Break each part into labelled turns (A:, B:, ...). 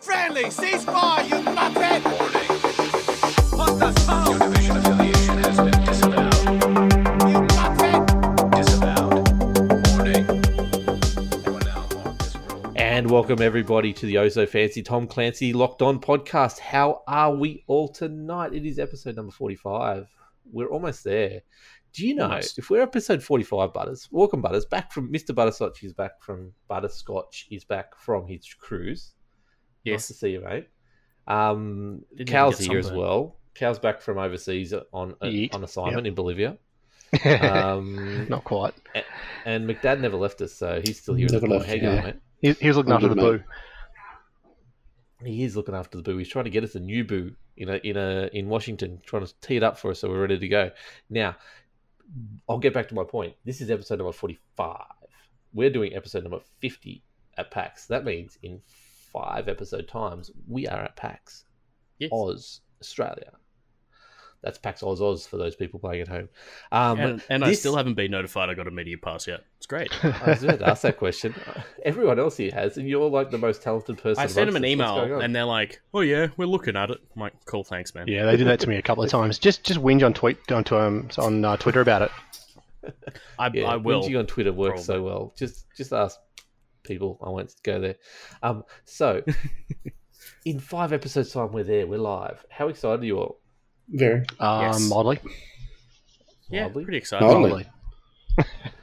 A: Stanley, ceasefire, you muppet! What the fuck?
B: Your division affiliation has been disavowed.
A: You muppet!
B: Disavowed. Warning. You are now on this road.
C: And welcome everybody to the Ozo Fancy Tom Clancy Locked On podcast. How are we all tonight? It is episode number 45. We're almost there. Do you know
B: Almost.
C: if we're episode 45, Butters, welcome Butters, back from Mr. Butterscotch is back from Butterscotch is back from his cruise. Nice to see you, mate. Um,
D: Didn't even
C: Cal's
D: get
C: here as
D: sunburned.
C: well. Cal's back from overseas on uh,
D: Yeet.
C: on assignment in Bolivia. Um,
D: Not quite.
C: And McDad never left us, so he's still here. at
E: Never
C: the
E: left,
C: moment. How you
E: yeah.
C: going, mate?
D: He, he was looking
E: I'm
D: after the
E: good,
D: boo.
C: He is looking after the boo. He's trying to get us a new boo in a in a in Washington, trying to tee it up for us so we're ready to go. Now, I'll get back to my point. This is episode number forty-five. We're doing episode number fifty at PAX. That means in five episode times, we are at PAX
D: Yes.
C: Oz Australia. That's PAX Oz Oz for those people playing at home. Um,
F: and, and I
C: this-
F: still haven't been notified I got a media pass yet. It's great.
C: I was about to ask that question. Everyone else here has, and you're like the most talented person.
F: I sent them an
C: amongst us. What's going
F: email
C: on?
F: and they're like, "Oh yeah, we're looking at it." I'm like, "Cool, thanks, man."
D: Yeah, they did that to me a couple of times. Just just whinge on tweet on to, um, on uh, Twitter about it.
F: I,
C: Yeah,
F: I will.
C: whinging on Twitter works so well. Just just ask people. I won't go there. Um, so in five episodes time, we're there. We're live. How excited are you all?
E: Very.
D: Um,
F: Yes.
D: Mildly,
F: yeah,
C: Mildly?
F: pretty excited.
E: Mildly.
D: mildly,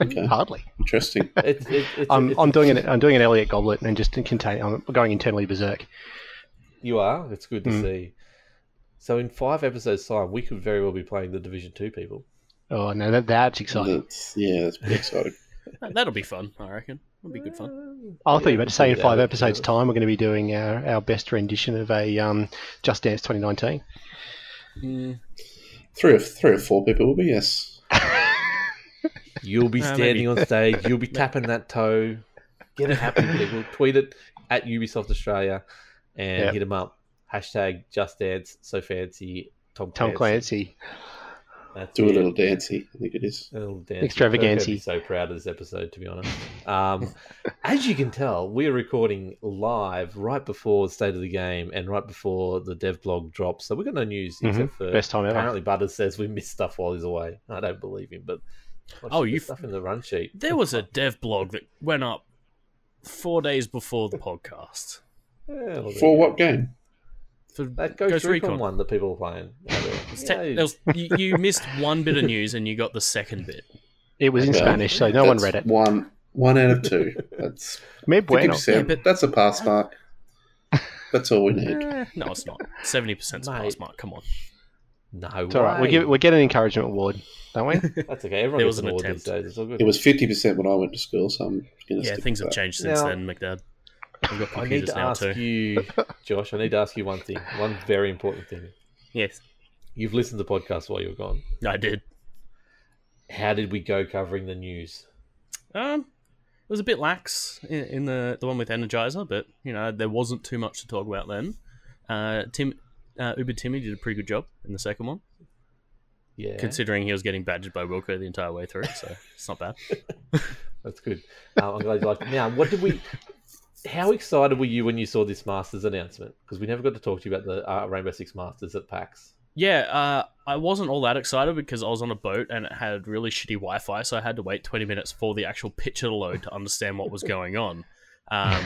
E: Okay.
D: hardly.
E: Interesting.
C: It's, it, it's,
D: I'm
C: it's-
D: I'm doing an I'm doing an Elliot goblet and just contain. I'm going internally berserk.
C: You are. It's good to
D: Mm.
C: see. So in five episodes time, we could very well be playing the Division Two people.
D: Oh no, that, that's exciting.
E: That's, yeah, that's pretty exciting.
F: That- That'll be fun. I reckon. It'll be good fun.
D: I
C: Yeah,
D: thought you were about
C: we'll
D: to say in
C: do
D: five
C: that.
D: episodes' time we're going to be doing our, our best rendition of a um, Just Dance 2019.
F: Mm,
E: Three or three or four people will be yes.
C: You'll be
F: Uh, maybe.
C: standing on stage. You'll be tapping that toe. Get it happening, people. Tweet it at Ubisoft Australia and hit 'em
D: Yep.
C: hit them up. Hashtag Just Dance So Fancy Tom
D: Tom
C: Clancy.
D: Clancy.
C: That's
E: Do a
C: it.
E: little dancey. I think it is.
C: A little dance.
D: Extravagancy.
C: I'm so proud of this episode, to be honest. Um, as you can tell, we're recording live right before the state of the game and right before the dev blog drops. So we've got no news
D: Mhm.
C: except for
D: Best time ever.
C: apparently Butters says we missed stuff while he's away. I don't believe him, but gosh,
F: Oh,
C: there's
F: you-
C: stuff in the run sheet.
F: there was a dev blog that went up four days before the podcast
C: Yeah, well, there
E: For
C: you
E: what game?
F: for
C: go. That Ghost, Recon,
F: Recon.
C: one that people were playing.
F: It's te-
C: Yeah,
F: there was- you, you missed one bit of news and you got the second bit.
D: It was in
E: Well,
D: Spanish, so no one
E: That's
D: read it.
E: One one out of two. That's
D: Me
E: fifty
D: bueno.
E: percent.
F: Yeah, but-
E: that's a pass mark. That's all we need.
F: Eh, no, it's not. Seventy percent
C: Mate.
F: pass mark. Come on.
C: no,
D: It's all right. We
C: way.
D: give we get an encouragement award, don't we?
C: That's okay. Everyone gets
F: There was
C: an
F: an
C: award these
F: attempt.
C: days. It's all good.
E: It was fifty percent when I went to school, so I'm going to
F: Yeah,
E: stick
F: things have
E: with
F: changed since
C: Now-
F: then, McDad. I've got
C: I need
F: computers
C: to
F: now
C: ask
F: too.
C: you, Josh. I need to ask you one thing. One very important thing.
F: Yes,
C: You've listened to podcasts while you were gone.
F: I did.
C: How did we go covering the news?
F: Um, it was a bit lax in, in the the one with Energizer, but you know there wasn't too much to talk about then. Uh, Tim, uh, Uber Timmy did a pretty good job in the second one,
C: Yeah,
F: considering he was getting badgered by Wilco the entire way through. So it's not bad.
C: that's good. Uh, I'm glad you liked it. Now, what did we? How excited were you when you saw this Masters announcement? Because we never got to talk to you about the uh, Rainbow Six Masters at PAX.
F: Yeah, uh, I wasn't all that excited because I was on a boat and it had really shitty Wi-Fi, so I had to wait 20 minutes for the actual picture to load to understand what was going on. Um,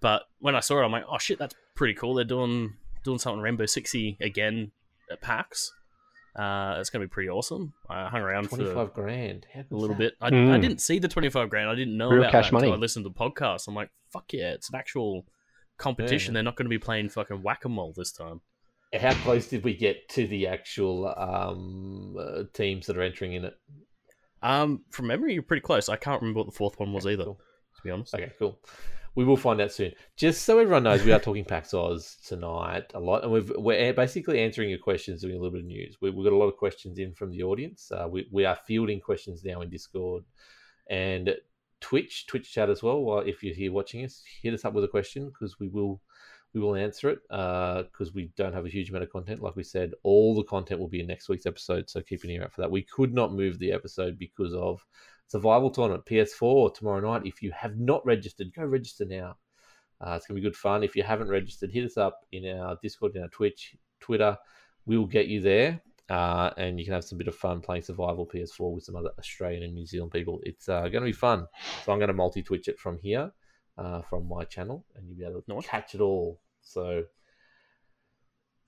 F: but when I saw it, I'm like, oh shit, that's pretty cool. They're doing doing something Rainbow Sixy again at PAX. Uh, it's gonna be pretty awesome. I hung around for
C: Twenty
F: a
C: five grand. How good's
F: little
C: that?
F: bit. I, I
D: Mm.
F: didn't see the 25 grand. I didn't know
D: Real
F: about
D: cash
F: that until
D: money.
F: I listened to the podcast. I'm like, fuck yeah, it's an actual competition.
C: Yeah.
F: They're not gonna be playing fucking whack a mole this time.
C: How close did we get to the actual um, uh, teams that are entering in it?
F: Um, from memory, you're pretty close. I can't remember what the fourth one was either,
C: cool.
F: to be honest.
C: Okay, cool. We will find out soon. Just so everyone knows, we are talking PAX Oz tonight a lot, and we've, we're a- basically answering your questions, doing a little bit of news. We, we've got a lot of questions in from the audience. Uh, we, we are fielding questions now in Discord and Twitch, Twitch chat as well. While if you're here watching us, hit us up with a question because we will we will answer it because we don't have a huge amount of content. Like we said, all the content will be in next week's episode, so keep an ear out for that. We could not move the episode because of survival tournament PS4 tomorrow night. If you have not registered, go register now. Uh, it's going to be good fun. If you haven't registered, hit us up in our Discord, in our Twitch, Twitter. We'll get you there. Uh, and you can have some bit of fun playing Survival PS4 with some other Australian and New Zealand people. It's uh, going to be fun. So I'm going to multi Twitch it from here, uh, from my channel, and you'll be able to
F: Nice.
C: catch it all. So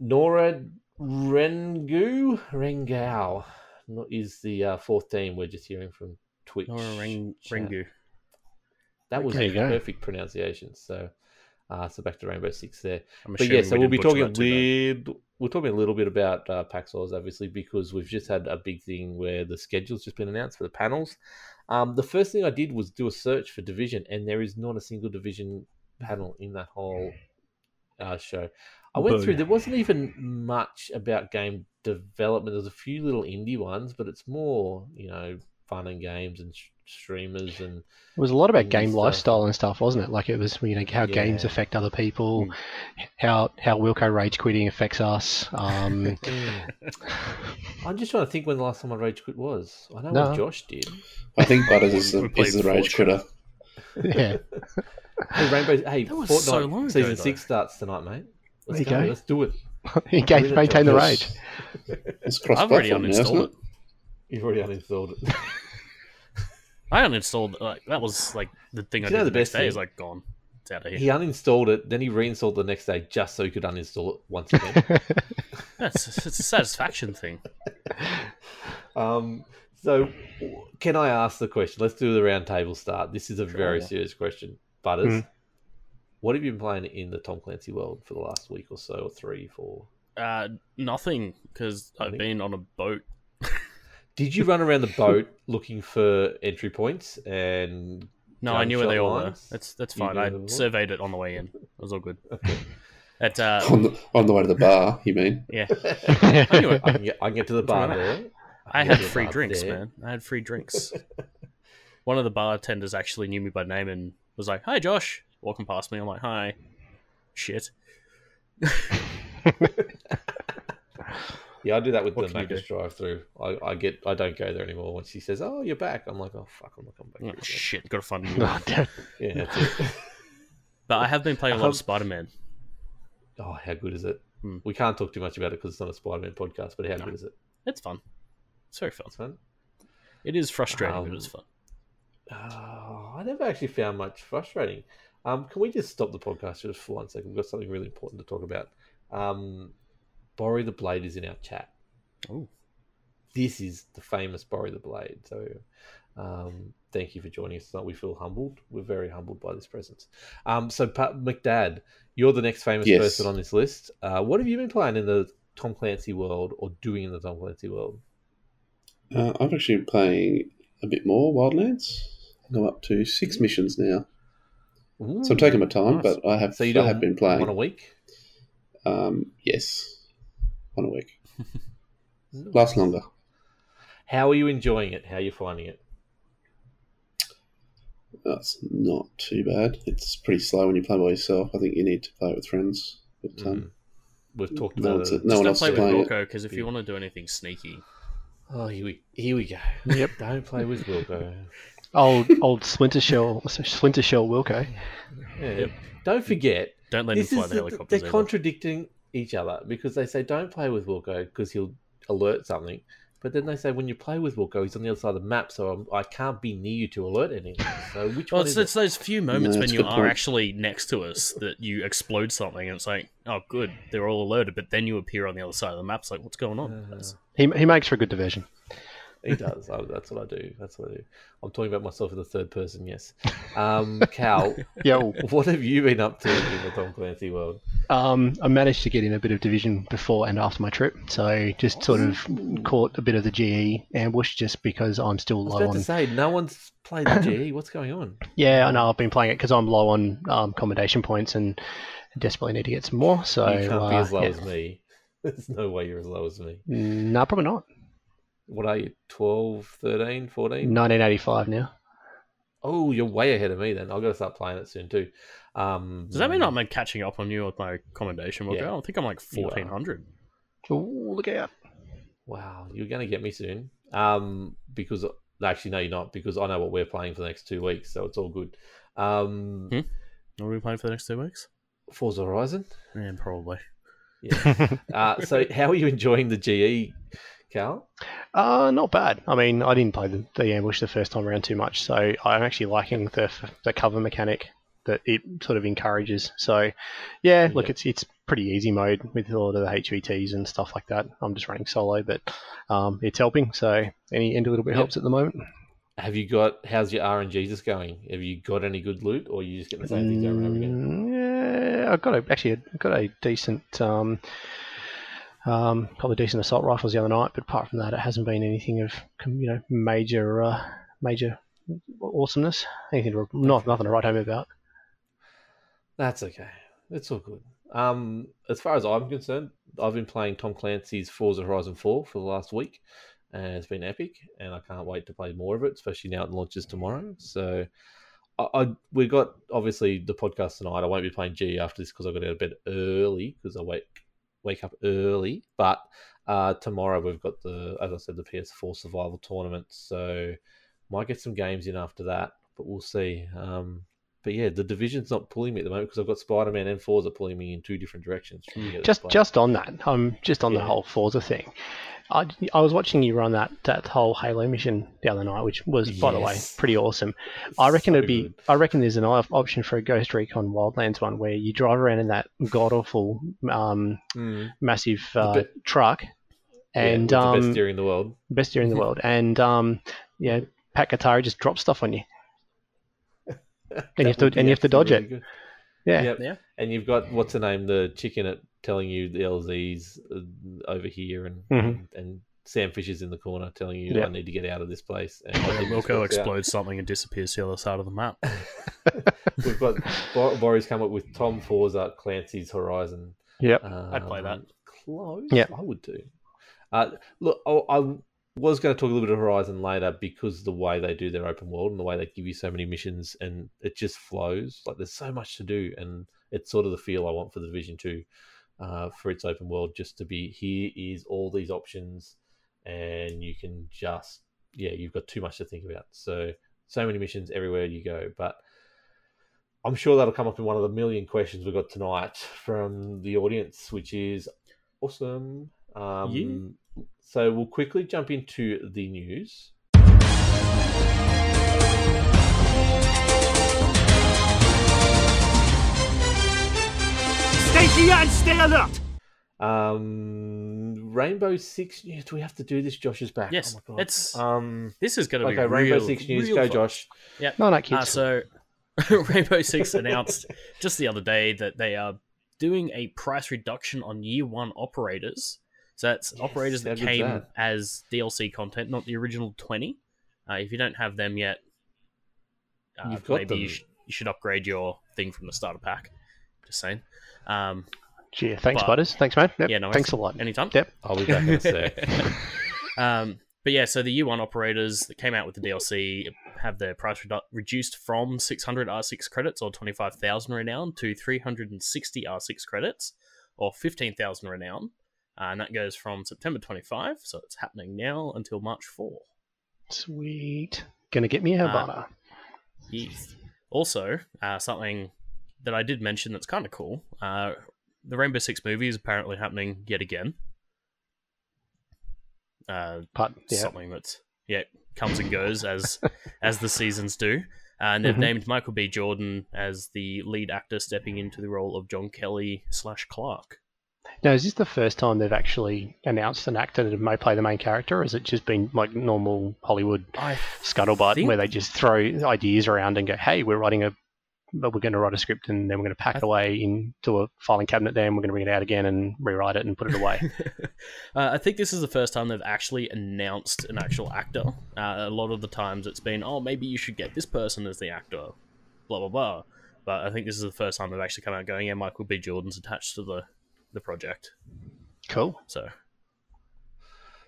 C: Nora Rengu Rengao no- is the uh, fourth team we're just hearing from Twitch.
F: Nora Ring-
C: chat.
F: Ringu.
C: That was
D: There you go.
C: perfect pronunciation. So, uh, so back to Rainbow Six there
F: I'm
C: but yeah,
F: assuming
C: so
F: we
C: we'll
F: didn't
C: be
F: butcher
C: talking a
F: that too bad.
C: little, we're talking a little bit about uh, PAX Oz, obviously, because we've just had a big thing where the schedule's just been announced for the panels. Um, the first thing I did was do a search for Division, and there is not a single Division panel in that whole uh, show. I went
F: Boo.
C: through. There wasn't even much about game development. There's a few little indie ones, but it's more you know fun and games and sh- streamers and
D: It was a lot about
C: Mm,
D: game
C: so-
D: lifestyle and stuff, wasn't it? Like it was, you know, how games
C: Yeah. Hmm.
D: affect other people, how how Wilco rage quitting affects us. Um,
F: Mm.
C: I'm just trying to think when the last time I rage quit was. I know
D: No.
C: when Josh did.
E: I think Butters is
F: We
E: the,
F: played
E: is the
F: Fortnite.
E: rage critter.
D: yeah,
C: Hey, Rainbow. Hey,
F: That was
C: Fortnite
F: so long ago,
C: season
F: though.
C: six starts tonight, mate. Let's
D: There you
C: go.
D: go.
C: Let's do it.
D: engage,
C: Really
D: maintain the
C: don't-
D: rage.
E: It's cross
F: I've already
E: platform now, isn't
F: uninstalled
E: it?
F: it.
C: You've already uninstalled it.
F: I uninstalled like that was like the thing I
C: Do you
F: did
C: know
F: the,
C: the
F: best
C: best
F: day is
C: thing?
F: like gone. It's out of here.
C: he uninstalled it, then he reinstalled the next day just so he could uninstall it once again.
F: That's it's a satisfaction thing.
C: um, so, can I ask the question? Let's do the roundtable start. This is a very serious question, Butters.
D: Hmm.
C: What have you been playing in the Tom Clancy world for the last week or so, or three, four?
F: Uh, nothing because I've
C: Nothing.
F: been on a boat.
C: Did you run around the boat looking for entry points and
F: No, I knew where
C: Gunshot
F: they all were.
C: lines?
F: That's that's
C: You
F: fine.
C: knew
F: I
C: where they were?
F: surveyed it on the way in. It was all good. At uh,
E: On the, on the way to the bar, you mean?
F: yeah,
C: I, knew it. I, can get, I can get to the bar
F: That's all right.
C: there.
F: I
C: can
F: had
C: get to the
F: free
C: bar
F: drinks,
C: there.
F: man. I had free drinks. One of the bartenders actually knew me by name and was like, "Hi, Josh." Walking past me, I'm like, "Hi." Shit.
C: Yeah, I do that with
F: What
C: the
F: can you
C: Macca's drive-through. I, I get, I don't go there anymore. Once she says, "Oh, you're back," I'm like, "Oh fuck, I'm not coming back."
F: I'm
C: here
F: like,
C: again."
F: shit. Got to find. a new one."
D: Oh, damn.
C: Yeah, that's it.
F: But I have been playing a lot
C: Um,
F: of Spider Man.
C: oh, how good is it?
F: Hmm.
C: We can't talk too much about it because it's not a Spider-Man podcast. But how
F: No.
C: good is it?
F: It's fun. It's very fun.
C: It's fun.
F: It is frustrating,
C: Um,
F: but it's fun.
C: Oh, I never actually found much frustrating. Um, can we just stop the podcast just for one second? We've got something really important to talk about. Um, Borry the Blade is in our chat.
F: Oh.
C: This is the famous Borry the Blade. So um, thank you for joining us tonight. We feel humbled. We're very humbled by this presence. Um, so, Pat McDad, you're the next famous
E: Yes.
C: person on this list. Uh, what have you been playing in the Tom Clancy world or doing in the Tom Clancy world?
E: Uh, I've actually been playing a bit more Wildlands. I'm up to six missions now. So I'm taking my time,
C: nice.
E: but I have,
C: So you
E: I
C: don't
E: have been
C: one a
E: playing.
C: week?
E: Um, yes, one a week. Lasts longer.
C: How are you enjoying it? How are you finding it?
E: That's not too bad. It's pretty slow when you play by yourself. I think you need to play it with friends. But um,
C: Mm. We've talked
E: no,
C: about
E: it's-
C: it.
E: no
F: Just
E: one
F: don't
E: else
F: play
E: is
F: with
E: playing it.
F: Wilco because if you want to do anything sneaky,
C: Oh, here we, here we go.
D: Yep.
C: Don't play with Wilco.
D: old old Splinter Shell, Splinter Shell Wilco.
C: Yeah. Don't forget,
F: don't let him
C: this
F: fly
C: is
F: the
C: the-
F: helicopters.
C: they're
F: either.
C: contradicting each other because they say don't play with Wilco because he'll alert something. But then they say when you play with Wilco, he's on the other side of the map, so I'm, I can't be near you to alert anything. So which
F: Well,
C: one
F: it's,
C: is
F: it's
C: it?
F: those few moments when
E: that's a
F: you
E: good
F: are
E: point.
F: actually next to us that you explode something, and it's like, oh, good, they're all alerted, but then you appear on the other side of the map. It's like, what's going
C: Uh,
F: on? That's-
D: He, he makes for a good diversion.
C: He does. I, that's what I do. That's what I do. I'm talking about myself in the third person. Yes. Um, Cal,
D: Yo,
C: what have you been up to in the Tom Clancy world?
D: um, I managed to get in a bit of division before and after my trip, so just sort of caught a bit of the GE ambush just because I'm still
C: I was
D: low
C: about to
D: on.
C: say no one's played the GE. What's going on?
D: Yeah, I know I've been playing it because I'm low on um, commendation points and desperately need to get some more. So
C: you can't be
D: uh,
C: as low
D: yeah.
C: as me. There's no way you're as low as me.
D: no, probably not.
C: What are you, 12, 13, 14?
D: 1985 now.
C: Oh, you're way ahead of me then. I've got to start playing it soon too. Um,
F: Does that mean I'm like, catching up on you with my commendation? Wilco?
C: Yeah.
F: I think I'm like
C: You are.
F: 1400.
D: Ooh, look out!
C: Wow, you're going to get me soon. Um, because actually, no, you're not, because I know what we're playing for the next two weeks, so it's all good. Um,
F: Hmm? What are we playing for the next two weeks?
C: Forza Horizon.
F: Yeah, probably.
C: Yeah. uh, so, how are you enjoying the E, GE, Carl?
D: Uh, not bad. I mean, I didn't play the, the ambush the first time around too much, so I'm actually liking the the cover mechanic that it sort of encourages. So, yeah, look,
C: Yeah.
D: it's it's pretty easy mode with a lot of the HVTs and stuff like that. I'm just running solo, but um, it's helping. So any any little bit
C: Yep.
D: helps at the moment.
C: Have you got how's your RNG just going? Have you got any good loot, or are you just getting the same things over and over again?
D: Mm, yeah, I got a, actually I got a decent um, um, couple of decent assault rifles the other night, but apart from that, it hasn't been anything of you know major uh, major awesomeness. Anything to, not nothing to write home about.
C: That's okay. It's all good. Um, as far as I'm concerned, I've been playing Tom Clancy's Forza Horizon 4 for the last week, and it's been epic. And I can't wait to play more of it, especially now it launches tomorrow. So, I, I we got obviously the podcast tonight. I won't be playing G after this because I got out of bed early because I wake wake up early. But uh, tomorrow we've got the, as I said, the PS4 Survival Tournament. So, might get some games in after that, but we'll see. Um, but yeah, the division's not pulling me at the moment because I've got Spider Man and Forza pulling me in two different directions. together,
D: just
C: but-
D: just on that, um, just on
C: Yeah.
D: the whole Forza thing. I, I was watching you run that, that whole Halo mission the other night, which was, by the way,
C: Yes.
D: pretty awesome. I reckon
C: so
D: it'd be.
C: good.
D: I reckon there's an op- option for a Ghost Recon Wildlands one where you drive around in that god awful um,
C: Mm.
D: massive uh,
C: be-
D: truck,
C: Yeah,
D: and
C: with the
D: um,
C: best steering in the world.
D: best deer in the world, and um, yeah, Pat Katari just drops stuff on you. and you have to and you have to dodge it. Yeah,
C: Yep.
F: Yeah.
C: And you've got what's the name, the chicken at telling you the LZ's uh, over here, and,
D: Mhm.
C: and Sam Fisher's in the corner telling you
D: Yeah.
C: I need to get out of this place. And
F: Where
C: it just
F: Wilco
C: works out.
F: explodes something and disappears to the other side of the map.
C: We've got Bor- Boris come up with Tom Forza, Clancy's Horizon.
D: Yep.
F: I'd play that.
C: Um, Close.
D: Yeah.
C: I would do. Uh, look, I, I was going to talk a little bit of Horizon later because the way they do their open world and the way they give you so many missions and it just flows. Like there's so much to do, and it's sort of the feel I want for the Division Two, uh, for its open world, just to be here is all these options, and you can just yeah, you've got too much to think about. So so many missions everywhere you go, but I'm sure that'll come up in one of the million questions we got tonight from the audience, which is awesome. Um, So we'll quickly jump into the news.
A: Stay here and stay alert!
C: Um, Rainbow Six news. Do we have to do this? Josh is back.
F: Yes,
C: Oh my God.
F: it's-
C: um,
F: This is going to
C: okay.
F: be
C: Rainbow
F: real-
C: Six news.
F: real
C: Go,
F: fun.
C: Josh.
D: No, no,
F: Uh,
D: kids.
F: so Rainbow Six announced just the other day that they are doing a price reduction on year one operators. So that's
C: Yes,
F: operators that
C: how good's
F: came
C: that?
F: as DLC content, not the original twenty. Uh, if you don't have them yet, uh,
C: You've got
F: maybe you,
C: them.
F: sh- you should upgrade your thing from the starter pack. Just saying. Um,
D: Gee, thanks,
F: but-
D: Butters. Thanks, man. Yep.
F: Yeah, no,
D: thanks
F: it's-
D: a lot.
F: anytime.
D: Yep.
C: I'll be back in a sec.
F: um, but yeah, so the U1 operators that came out with the DLC have their price redu- reduced from 600 R6 credits or 25,000 renown to 360 R6 credits or 15,000 renown. Uh, and that goes from September 25, so it's happening now until March 4.
D: Sweet. Gonna get me a
F: Uh,
D: Havana.
F: Yes. Also, uh, something that I did mention that's kind of cool uh, the Rainbow Six movie is apparently happening yet again. Uh,
D: But yeah,
F: something that's yeah comes and goes as as the seasons do. Uh, And they've
D: Mhm.
F: named Michael B. Jordan as the lead actor stepping into the role of John Kelly slash Clark.
D: now is this the first time they've actually announced an actor that may play the main character, or has it just been like normal Hollywood
F: I
D: scuttlebutt
F: think-
D: where they just throw ideas around and go, "Hey, we're writing a, but we're going to write a script, and then we're going to pack
F: I-
D: it away into a filing cabinet, then we're going to bring it out again and rewrite it and put it away."
F: uh, I think this is the first time they've actually announced an actual actor. Uh, a lot of the times it's been, oh, maybe you should get this person as the actor, blah blah blah. But I think this is the first time they've actually come out going, yeah, Michael B. Jordan's attached to the the project.
D: cool.
F: So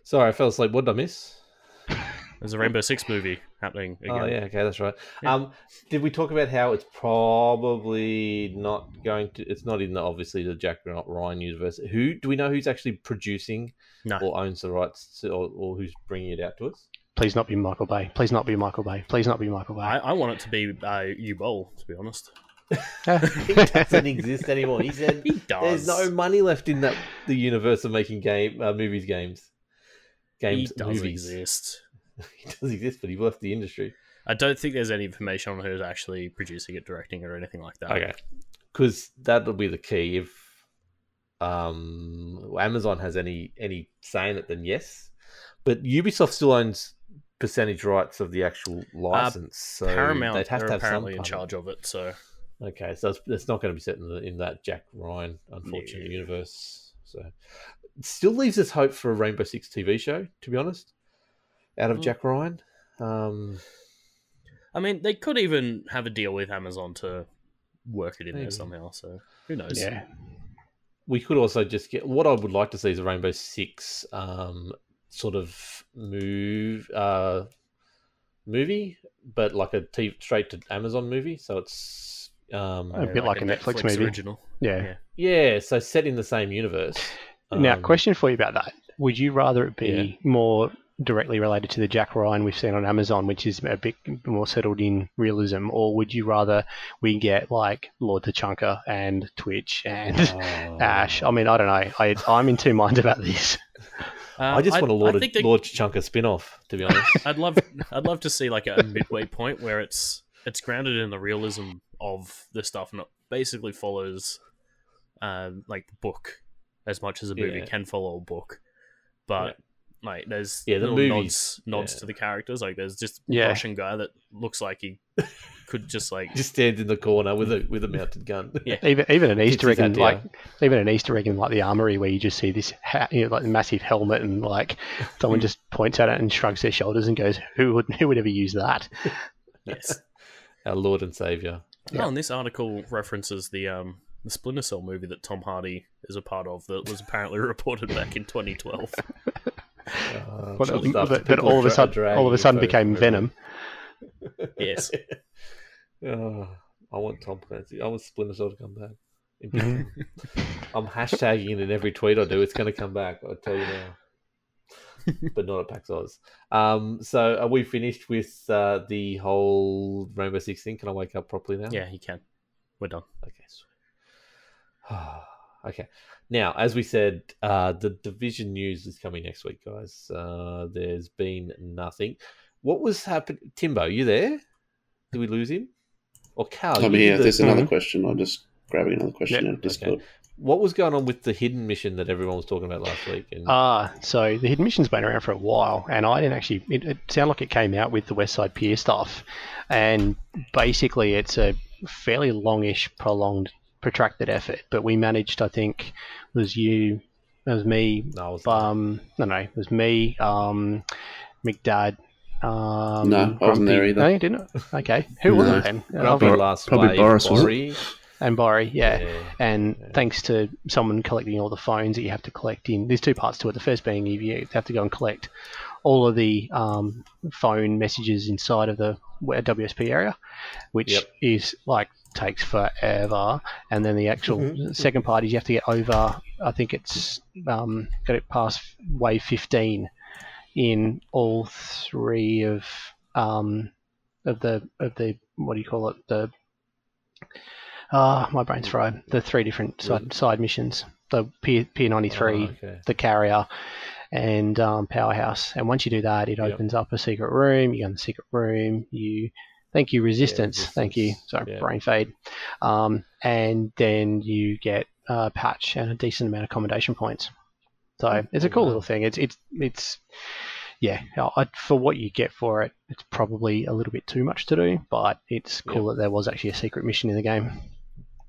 C: Sorry, I fell asleep. What did I miss?
F: there's a Rainbow Six movie happening again.
C: Oh yeah, okay, that's right.
F: Yeah.
C: Um, did we talk about how it's probably not going to? It's not in the obviously the Jack Ryan universe. Who do we know who's actually producing
F: No.
C: or owns the rights to, or, or who's bringing it out to us?
D: Please not be Michael Bay. Please not be Michael Bay. Please not be Michael Bay.
F: I, I want it to be uh, U Bowl, to be honest.
C: He doesn't exist anymore. He said
F: He does.
C: there's no money left in that the universe of making game uh, movies games.
F: he
C: Games
F: does
C: movies.
F: exist.
C: he does exist, but he left the industry.
F: I don't think there's any information on who's actually producing it, directing it, or anything like that.
C: Okay, because that'll be the key. If um, Amazon has any any say in it, then yes. But Ubisoft still owns percentage rights of the actual license, so
F: Uh, Paramount
C: they'd have
F: are
C: to have some
F: apparently in
C: part.
F: charge of it, so
C: Okay, so it's, it's not going to be set in, the, in that Jack Ryan unfortunate
F: No.
C: universe. So, it still leaves us hope for a Rainbow Six TV show. To be honest, out of
F: Mm.
C: Jack Ryan, um,
F: I mean, they could even have a deal with Amazon to work it in
C: Maybe.
F: there somehow. So who knows?
D: Yeah.
C: we could also just get what I would like to see is a Rainbow Six um, sort of move uh, movie, but like a t- straight to Amazon movie. So it's um,
D: A bit like a Netflix movie.
F: original.
D: Oh, Yeah.
F: Yeah.
C: yeah, so set in the same universe.
D: now,
C: Um,
D: question for you about that. Would you rather it be more directly related to the Jack Ryan we've seen on Amazon, which is a bit more settled in realism, or would you rather we get like Lord the Chunker and Twitch and Ash?
F: Oh.
D: I mean, I don't know. I, I'm in two minds about this.
F: Uh,
C: I just
F: I'd-
C: want a Lord,
F: I
C: of
F: think they-
C: Lord Chunker spin off, to be honest.
F: I'd love, I'd love to see like a midway point where it's it's grounded in the realism of the stuff, and it basically follows, um, like the book as much as a movie
C: Yeah.
F: can follow a book, but. Like there's
C: Yeah, the
F: little
C: movies,
F: nods nods
C: yeah.
F: to the characters. Like there's just
D: Yeah.
F: Russian guy that looks like he could just like
C: just stands in the corner with a with a mounted gun.
F: Yeah.
D: Even even an Easter egg
C: his
D: in
C: idea.
D: like even an Easter egg in like the armory where you just see this ha- you know, like massive helmet and like someone just points at it and shrugs their shoulders and goes, "Who would who would ever use that?"
F: yes.
C: Our Lord and Savior.
F: Oh, and this article references the um the Splinter Cell movie that Tom Hardy is a part of that was apparently reported back in 2012.
C: Uh,
D: But,
C: sort of stuff.
D: but, but
C: People
D: all of a
C: dra-
D: sudden,
C: dragging
D: all of a sudden
C: photos
D: became
C: everywhere.
D: Venom.
F: Yes,
C: Oh, I want Tom Clancy. I want Splinter Cell to come back. In big time. I'm hashtagging it in every tweet I do. It's going to come back. I'll tell you now. but not at PAX Oz. Um, so are we finished with uh, the whole Rainbow Six thing? Can I wake up properly now?
F: yeah, he can. We're done.
C: Okay. sweet. okay. Now, as we said, uh, the division news is coming next week, guys. Uh, there's been nothing. What was happening? Timbo, you there? Did we lose him? Or Cal?
E: I'm
C: Oh, you
E: here.
C: did the-
E: There's another
D: Mhm.
E: question. I'm just grabbing another question
D: Yeah,
E: out of Discord.
C: What was going on with the hidden mission that everyone was talking about last week? And
D: Ah, so the hidden mission's been around for a while, and I didn't actually. It, it sounded like it came out with the West Side Pier stuff, and basically it's a fairly longish, prolonged, protracted effort. But we managed, I think, it was you, it was me,
C: no, I was
D: um, no, no, it was me, um, McDad. Um,
E: No, I wasn't
D: Grumpy-
E: there either.
D: No, you didn't. Okay, who was
E: No.
D: it then?
C: Grumpy
E: Bor-
C: last
E: probably
C: wave,
E: Boris, was it?
C: Bori.
D: and Barry, yeah.
C: Yeah.
D: And thanks to someone collecting all the phones that you have to collect in, there's two parts to it. The first being if you have to go and collect all of the um, phone messages inside of the WSP area, which
C: Yep.
D: is like takes forever. And then the
C: Mm-hmm.
D: actual second part is you have to get over. I think it's um, got it past wave 15 in all three of um, of the of the what do you call it the ah my brain's fried the three different side, side missions the P P ninety three
C: Oh, okay.
D: the carrier and um, powerhouse and once you do that it
C: Yep.
D: opens up a secret room you go in the secret room you thank you resistance, thank you
C: Resistance,
D: sorry
C: yeah.
D: brain fade um, and then you get a patch and a decent amount of accommodation points so it's a cool
C: wow.
D: little thing it's it's it's yeah, I, for what you get for it, it's probably a little bit too much to do, but it's cool that there was actually a secret mission in the game.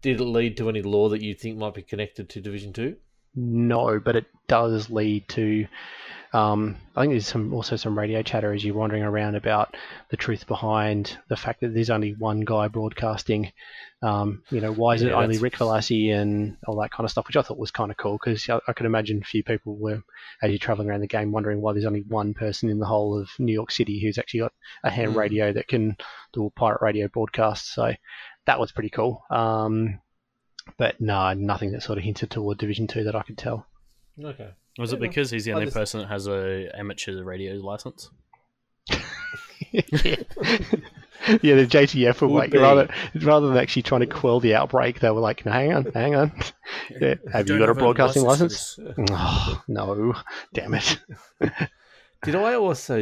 C: Did it lead to any law that you think might be connected to Division Two?
D: No, but it does lead to. Um, I think there's some also some radio chatter as you're wandering around about the truth behind the fact that there's only one guy broadcasting. Um, you know, why is it
C: Yeah,
D: only
C: that's-
D: Rick Velassi and all that kind of stuff, which I thought was kind of cool because I, I could imagine a few people were, as you're traveling around the game, wondering why there's only one person in the whole of New York City who's actually got a ham
C: Mm.
D: radio that can do a pirate radio broadcast. So that was pretty cool. Um, but no, nothing that sort of hinted toward Division Two that I could tell.
C: Okay.
F: Was
C: Fair
F: it
C: enough.
F: because he's the
C: I
F: only
C: just-
F: person that has a amateur radio license?
D: yeah, the JTF were
C: Would
D: like
C: be.
D: rather rather than actually trying to quell the outbreak, they were like, "Hang on, hang on, yeah, have you
F: don't
D: got a
F: have
D: broadcasting license?"
F: for
D: Oh, no, damn it.
C: Did I also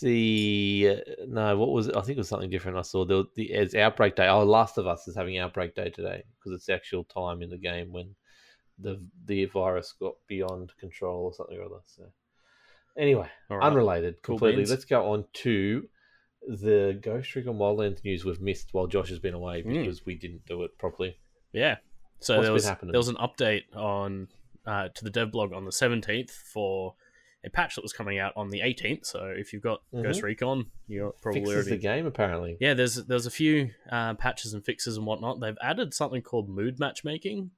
C: see? uh, No, what was it? I think it was something different. I saw the, the as outbreak day. Oh, Last of Us is having outbreak day today because it's the actual time in the game when the the virus got beyond control or something or other. So, anyway,
F: this. All right.
C: unrelated
F: Cool
C: completely.
F: beans.
C: Let's go on to the Ghost Recon Wildlands news we've missed while Josh has been away
F: Mm.
C: because we didn't do it properly.
F: Yeah. So
C: What's
F: there
C: been
F: was
C: happening?
F: there was an update on uh, to the dev blog on the seventeenth for a patch that was coming out on the eighteenth. So if you've got Ghost Recon, you're probably
C: Mm-hmm. Fixes
F: already
C: the game apparently.
F: yeah. There's there's a few uh, patches and fixes and whatnot. They've added something called mood matchmaking,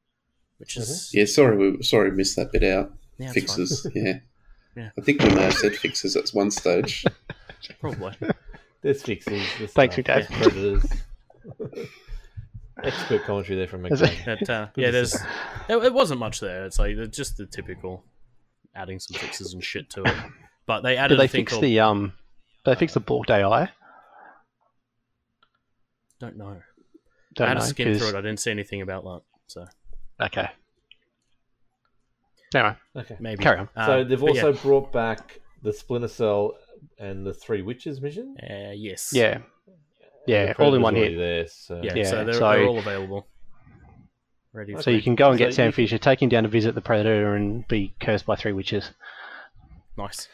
F: which is
C: Mm-hmm.
E: Yeah, sorry, we sorry, we missed that bit out.
F: yeah, it's fine.
E: fixes, yeah.
F: Yeah.
E: I think we may have said fixes at one stage.
F: probably.
C: There's fixes. There's
D: Thanks,
C: stuff,
D: McDad.
C: there's predators. Expert commentary there from
D: Is it-
C: McDad.
F: But, uh,
C: Good
F: yeah,
C: to
F: there's it, it wasn't much there. It's like it's just the typical adding some fixes and shit to it. But they added
D: Did they
F: a thing
D: fix
F: called
D: the um? Did they fix the balked AI?
F: don't know. I
D: Don't
F: had
D: know.
F: to skim
D: 'cause-
F: through it. I didn't see anything about that. So
D: Okay. Anyway,
C: Okay.
F: maybe
D: Carry on.
F: Uh,
C: so they've
F: but yeah.
C: also brought back the Splinter Cell and the Three Witches mission.
F: Uh, yes.
D: yeah,
C: The
D: yeah, all
C: Predator's
D: in one
C: already
D: hit.
C: There, so
F: Yeah.
D: Yeah,
F: so they're,
D: so-
F: they're all available. Ready for
D: So you can go and get
C: So
D: Sam
C: you-
D: Fisher, take him down to visit the Predator, and be cursed by three witches.
F: nice.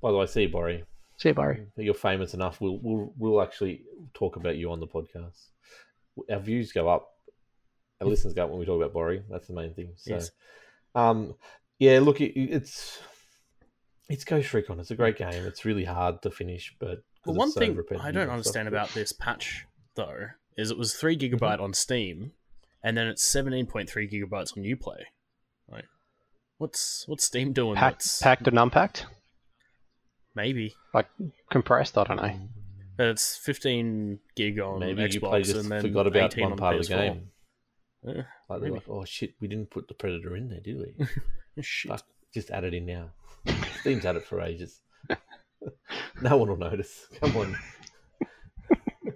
C: By the way, see you, Bori.
D: See you, Barry.
C: You're famous enough. We'll, we'll we'll actually talk about you on the podcast. Our views go up. Our listeners go up when we talk about Bori. That's the main thing. So,
F: Yes.
C: um, yeah. Look, it, it's it's Ghost Recon. It's a great game. It's really hard to finish, but 'cause
F: Well,
C: it's
F: one
C: so
F: thing
C: repetitive
F: I don't
C: and stuff,
F: understand
C: but- Mm-hmm.
F: about this patch though is it was three gigabyte on Steam, and then it's seventeen point three gigabytes on UPlay. Right. What's what's Steam doing?
D: Packed,
F: that's-
D: packed and unpacked,
F: Maybe.
D: like compressed. I don't know.
F: But it's 15 gig on
C: maybe
F: Xbox
C: you play just
F: and then
C: forgot about
F: 18
C: one
F: on
C: part of the
F: PS4.
C: game.
F: Yeah,
C: Like they're
F: maybe.
C: like, oh shit, we didn't put the predator in there, did we?
F: Oh, Shit.
C: Fuck, just add it in now. Steam's had it for ages. no one will notice. Come on.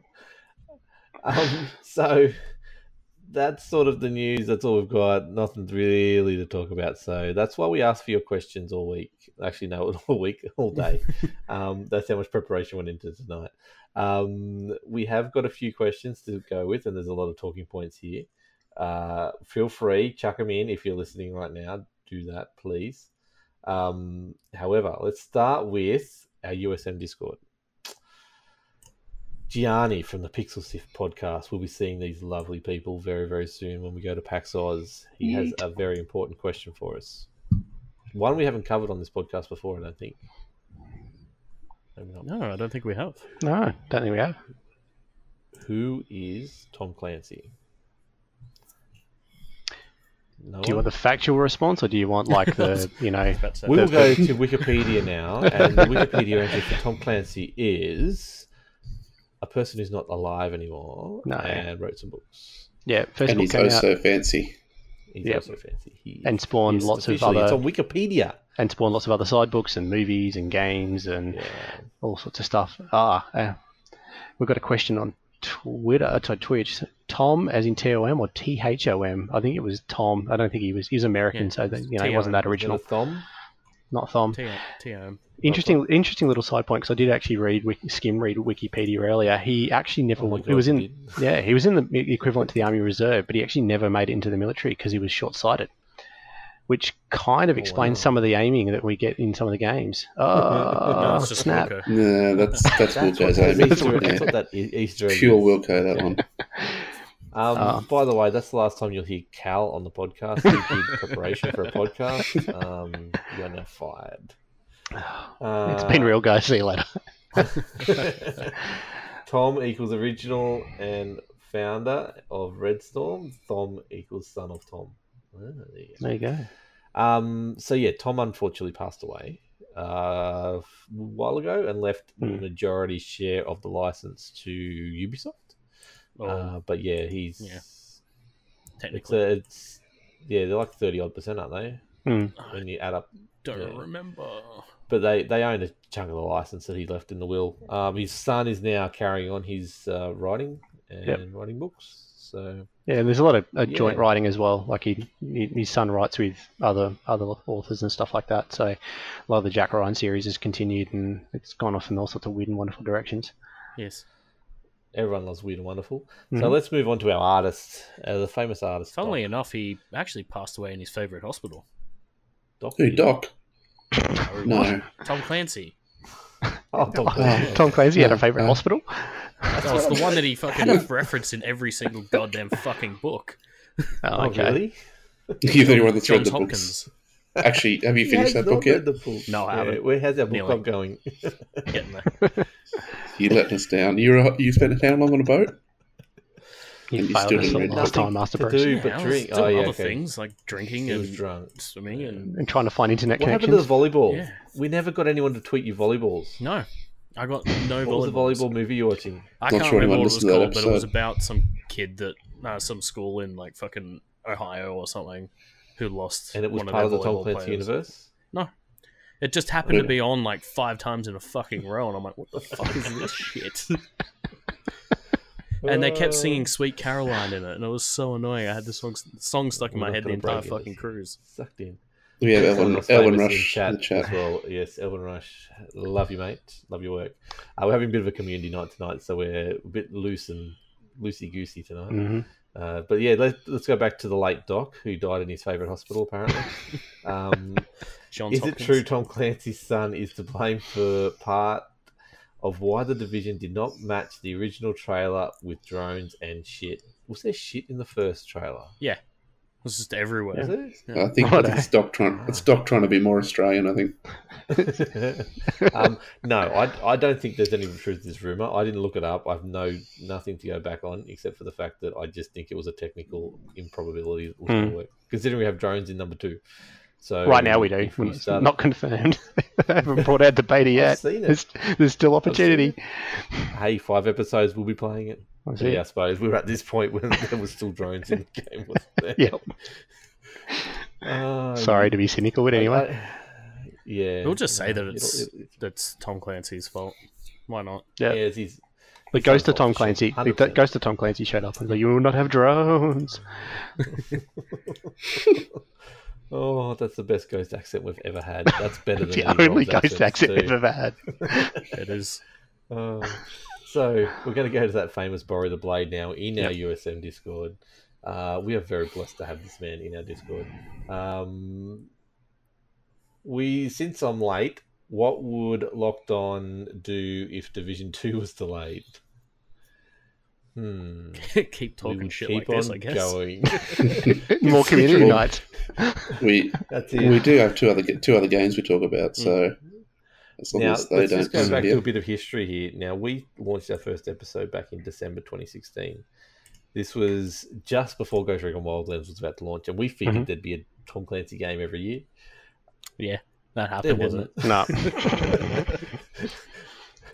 C: um, so that's sort of the news. That's all we've got. Nothing really to talk about. So that's why we asked for your questions all week. Actually, no, all week, all day. um, that's how much preparation went into tonight. Um, we have got a few questions to go with, and there's a lot of talking points here. Uh, feel free, chuck them in if you're listening right now. Do that, please. Um, however, let's start with our USM Discord. Gianni from the Pixel Sift podcast. We'll be seeing these lovely people very, very soon when we go to PAX Oz. He has a very important question for us. One we haven't covered on this podcast before, I don't think. Maybe not.
F: No, I don't think we have.
D: No, don't think we have.
C: Who is Tom Clancy? No
D: Do you
C: one?
D: want the factual response, or do you want like the you know?
F: About to say
C: We will
D: That's
C: go to Wikipedia now, and the Wikipedia entry for Tom Clancy is a person who's not alive anymore
D: No.
C: and wrote some books.
D: Yeah, first
E: and
D: book
E: he's
D: came
E: oh
D: out
E: so fancy.
C: He's
D: Yep.
C: also fancy. He
D: And spawned
C: he's
D: lots of
C: officially- It's
D: other-
C: on Wikipedia.
D: and spawned lots of other side books and movies and games and
C: Yeah.
D: all sorts of stuff. Ah, uh, we've got a question on Twitter, uh, sorry, Twitch. Tom, as in T O M or T H O M? I think it was Tom. I don't think he was. He was American,
F: Yeah,
D: so that, you know,
F: T O
D: it
F: M.
D: wasn't that
C: Original
D: original.
C: Thom.
D: Not Thom.
F: T- TM.
D: Interesting, interesting little side point because I did actually read wiki, skim read Wikipedia earlier. He actually never.
C: Oh my
D: he was
C: God,
D: in.
C: he did.
D: Yeah, he was in the e- equivalent to the army reserve, but he actually never made it into the military because he was short sighted, which kind of explains
C: wow.
D: some of the aiming that we get in some of the games. Oh,
C: Ah,
F: no, it's just
D: snap!
F: Wilco.
E: No, that's that's,
C: That's what,
E: Wilco's
C: that's
E: aim.
C: Easter, that's
E: Yeah.
C: what that e- Easter egg
E: Pure
C: is.
E: Wilco, that one.
C: Um,
D: Ah.
C: by the way, that's the last time you'll hear Cal on the podcast. He did preparation for a podcast. Um, you're now fired. Uh,
D: It's been real, guys. See you later.
C: Tom equals original and founder of Red Storm. Thom equals son of Tom. Ah, there you go.
D: There you go.
C: Um, so yeah, Tom unfortunately passed away uh, a while ago and left the
D: Hmm.
C: majority share of the license to Ubisoft.
F: Well,
C: Uh, but yeah, he's
F: Oh. Yeah.
C: it's,
F: technically,
C: a, it's yeah, they're like thirty odd percent, aren't they?
D: Hmm.
C: When you add up
F: don't
C: yeah.
F: remember.
C: but they, they own a chunk of the license that he left in the will. Um, his son is now carrying on his uh, writing and
D: Yep.
C: writing books. So
D: Yeah, there's a lot of uh, joint
C: Yeah.
D: writing as well. Like he, he, his son writes with other other authors and stuff like that. So a lot of the Jack Ryan series is continued and it's gone off in all sorts of weird and wonderful directions.
F: Yes.
C: everyone loves Weird and Wonderful. So
F: Mm-hmm.
D: Mhm.
C: let's move on to our artist, uh, the famous artist.
F: Funnily enough, he actually passed away in his favourite hospital.
C: Doc.
E: Who, Doc? No.
F: Tom Clancy.
C: Oh, Doc.
E: Oh.
D: uh, Tom Clancy had a favorite
E: Yeah.
D: hospital.
F: That was the one that he fucking referenced in every single goddamn fucking book.
D: Oh,
C: Oh,
D: okay.
C: really?
E: You've only read the three of
F: Johns
E: the books.
F: Hopkins.
E: Actually, have you
C: He
E: finished
C: has
E: that
C: not
E: book yet?
C: read the book.
F: No, I
C: Yeah,
F: haven't.
C: Where has our book
F: Nearly.
C: club going?
F: Getting there.
E: You let us down. You were, you spent how long on a boat?
D: He
E: And he
D: failed
E: still
D: us
E: didn't
D: the
E: read
D: last
C: nothing
D: time, Master
C: to
D: Bruce.
C: do.
F: Yeah,
C: but
F: I was
C: drink-
F: doing
C: oh, yeah,
F: other
C: okay.
F: things like drinking
C: he was
F: and
C: drunk.
F: swimming and
D: And trying to find internet
C: What happened to
D: connections.
C: the volleyball?
F: Yeah.
C: We never got anyone to tweet you volleyballs.
F: no. I got no
C: What was the
F: volleyballs.
C: volleyball movie you're watching?
F: I
E: Not
F: can't
E: sure
F: remember
E: anyone
F: what it was
E: listened to that
F: called, but it was
E: episode.
F: about some kid that uh, some school in like fucking Ohio or something who lost
C: And it was
F: one
C: part of
F: their
C: the Tom
F: volleyball
C: Clancy
F: players.
C: universe.
F: It just happened to be on like five times in a fucking row, and I'm like, what the fuck is this shit? and they kept
C: Uh.
F: singing "Sweet Caroline" in it, and it was so annoying. I had this song, song stuck in
C: We're
F: my
C: not
F: head the
C: gonna
F: entire
C: break it,
F: fucking
C: is it?
F: cruise.
C: Sucked in.
E: We have
C: Someone
E: Elwin,
C: was
E: Elwin
C: famous
E: Rush in the
C: as
E: chat.
C: well. Yes, Elwin Rush. Love you, mate. Love your work. Uh, we're having a bit of a community night tonight, so we're a bit loose and loosey goosey tonight.
E: Mm.
D: Mhm.
C: Uh, but yeah, let, let's go back to the late Doc, who died in his favourite hospital, apparently. um,
F: John,
C: is it true Tom Clancy's son is to blame for part of why the division did not match the original trailer with drones and shit? Was there shit in the first trailer?
F: It was just everywhere.
C: Was
E: I think
D: Righto.
E: it's Doc trying. It's Doc trying to be more Australian. I think.
C: there? um, no, I, I don't think there's any truth to this rumor. I didn't look it up. I've no nothing to go back on except for the fact that I just think it was a technical improbability that wouldn't work, considering we have drones in number two. So
D: Hmm. Right now we do.
C: if we
D: It's
C: started-
D: Not confirmed. they haven't brought out the beta yet.
C: seen it.
D: There's, there's still opportunity.
C: hey, five episodes, we'll be playing it.
D: That's
C: Yeah, I
D: it.
C: suppose we were at this point when there was still drones in the game, wasn't there?
D: Yep.
C: Oh,
D: Sorry to be cynical, but anyway.
C: I- yeah.
F: We'll just say that
C: It'll-
F: it's-
C: it- it-
F: That's Tom Clancy's fault. Why not?
D: Yeah.
C: yeah, it's his-
D: It goes to
C: Sounds
D: Tom
C: awful.
D: Clancy. The
C: 100%.
D: goes to Tom Clancy showed up and was like, "You will not have drones."
C: oh, that's the best ghost accent we've ever had. That's better than
D: It's the
C: any
D: only
C: Rob's
D: ghost
C: accents,
D: accent we've
C: too.
D: ever had.
F: It is.
C: Oh. so we're going to go to that famous borrow the blade now in our USM Discord. Uh, we are very blessed to have this man in our Discord. Um, we since I'm late, what would Locked On do if Division Two was delayed? Hmm.
F: keep
C: We
F: talking
C: would
F: shit
C: keep
F: like this,
C: on
F: I guess.
C: going.
D: More community
E: Well,
D: nights.
E: We
C: That's it.
E: we do have two other two other games we talk about. So as long
C: Now,
E: as they
C: Mm. let's
E: don't
C: just go back to a
E: disappear.
C: bit of history here. Now, we launched our first episode back in December 2016. This was just before Ghost Recon Wildlands was about to launch, and we figured
E: Mm-hmm.
D: Mhm.
C: there'd be a Tom Clancy game every year.
F: That
C: There
F: happened, didn't
C: wasn't.
F: it?
D: No,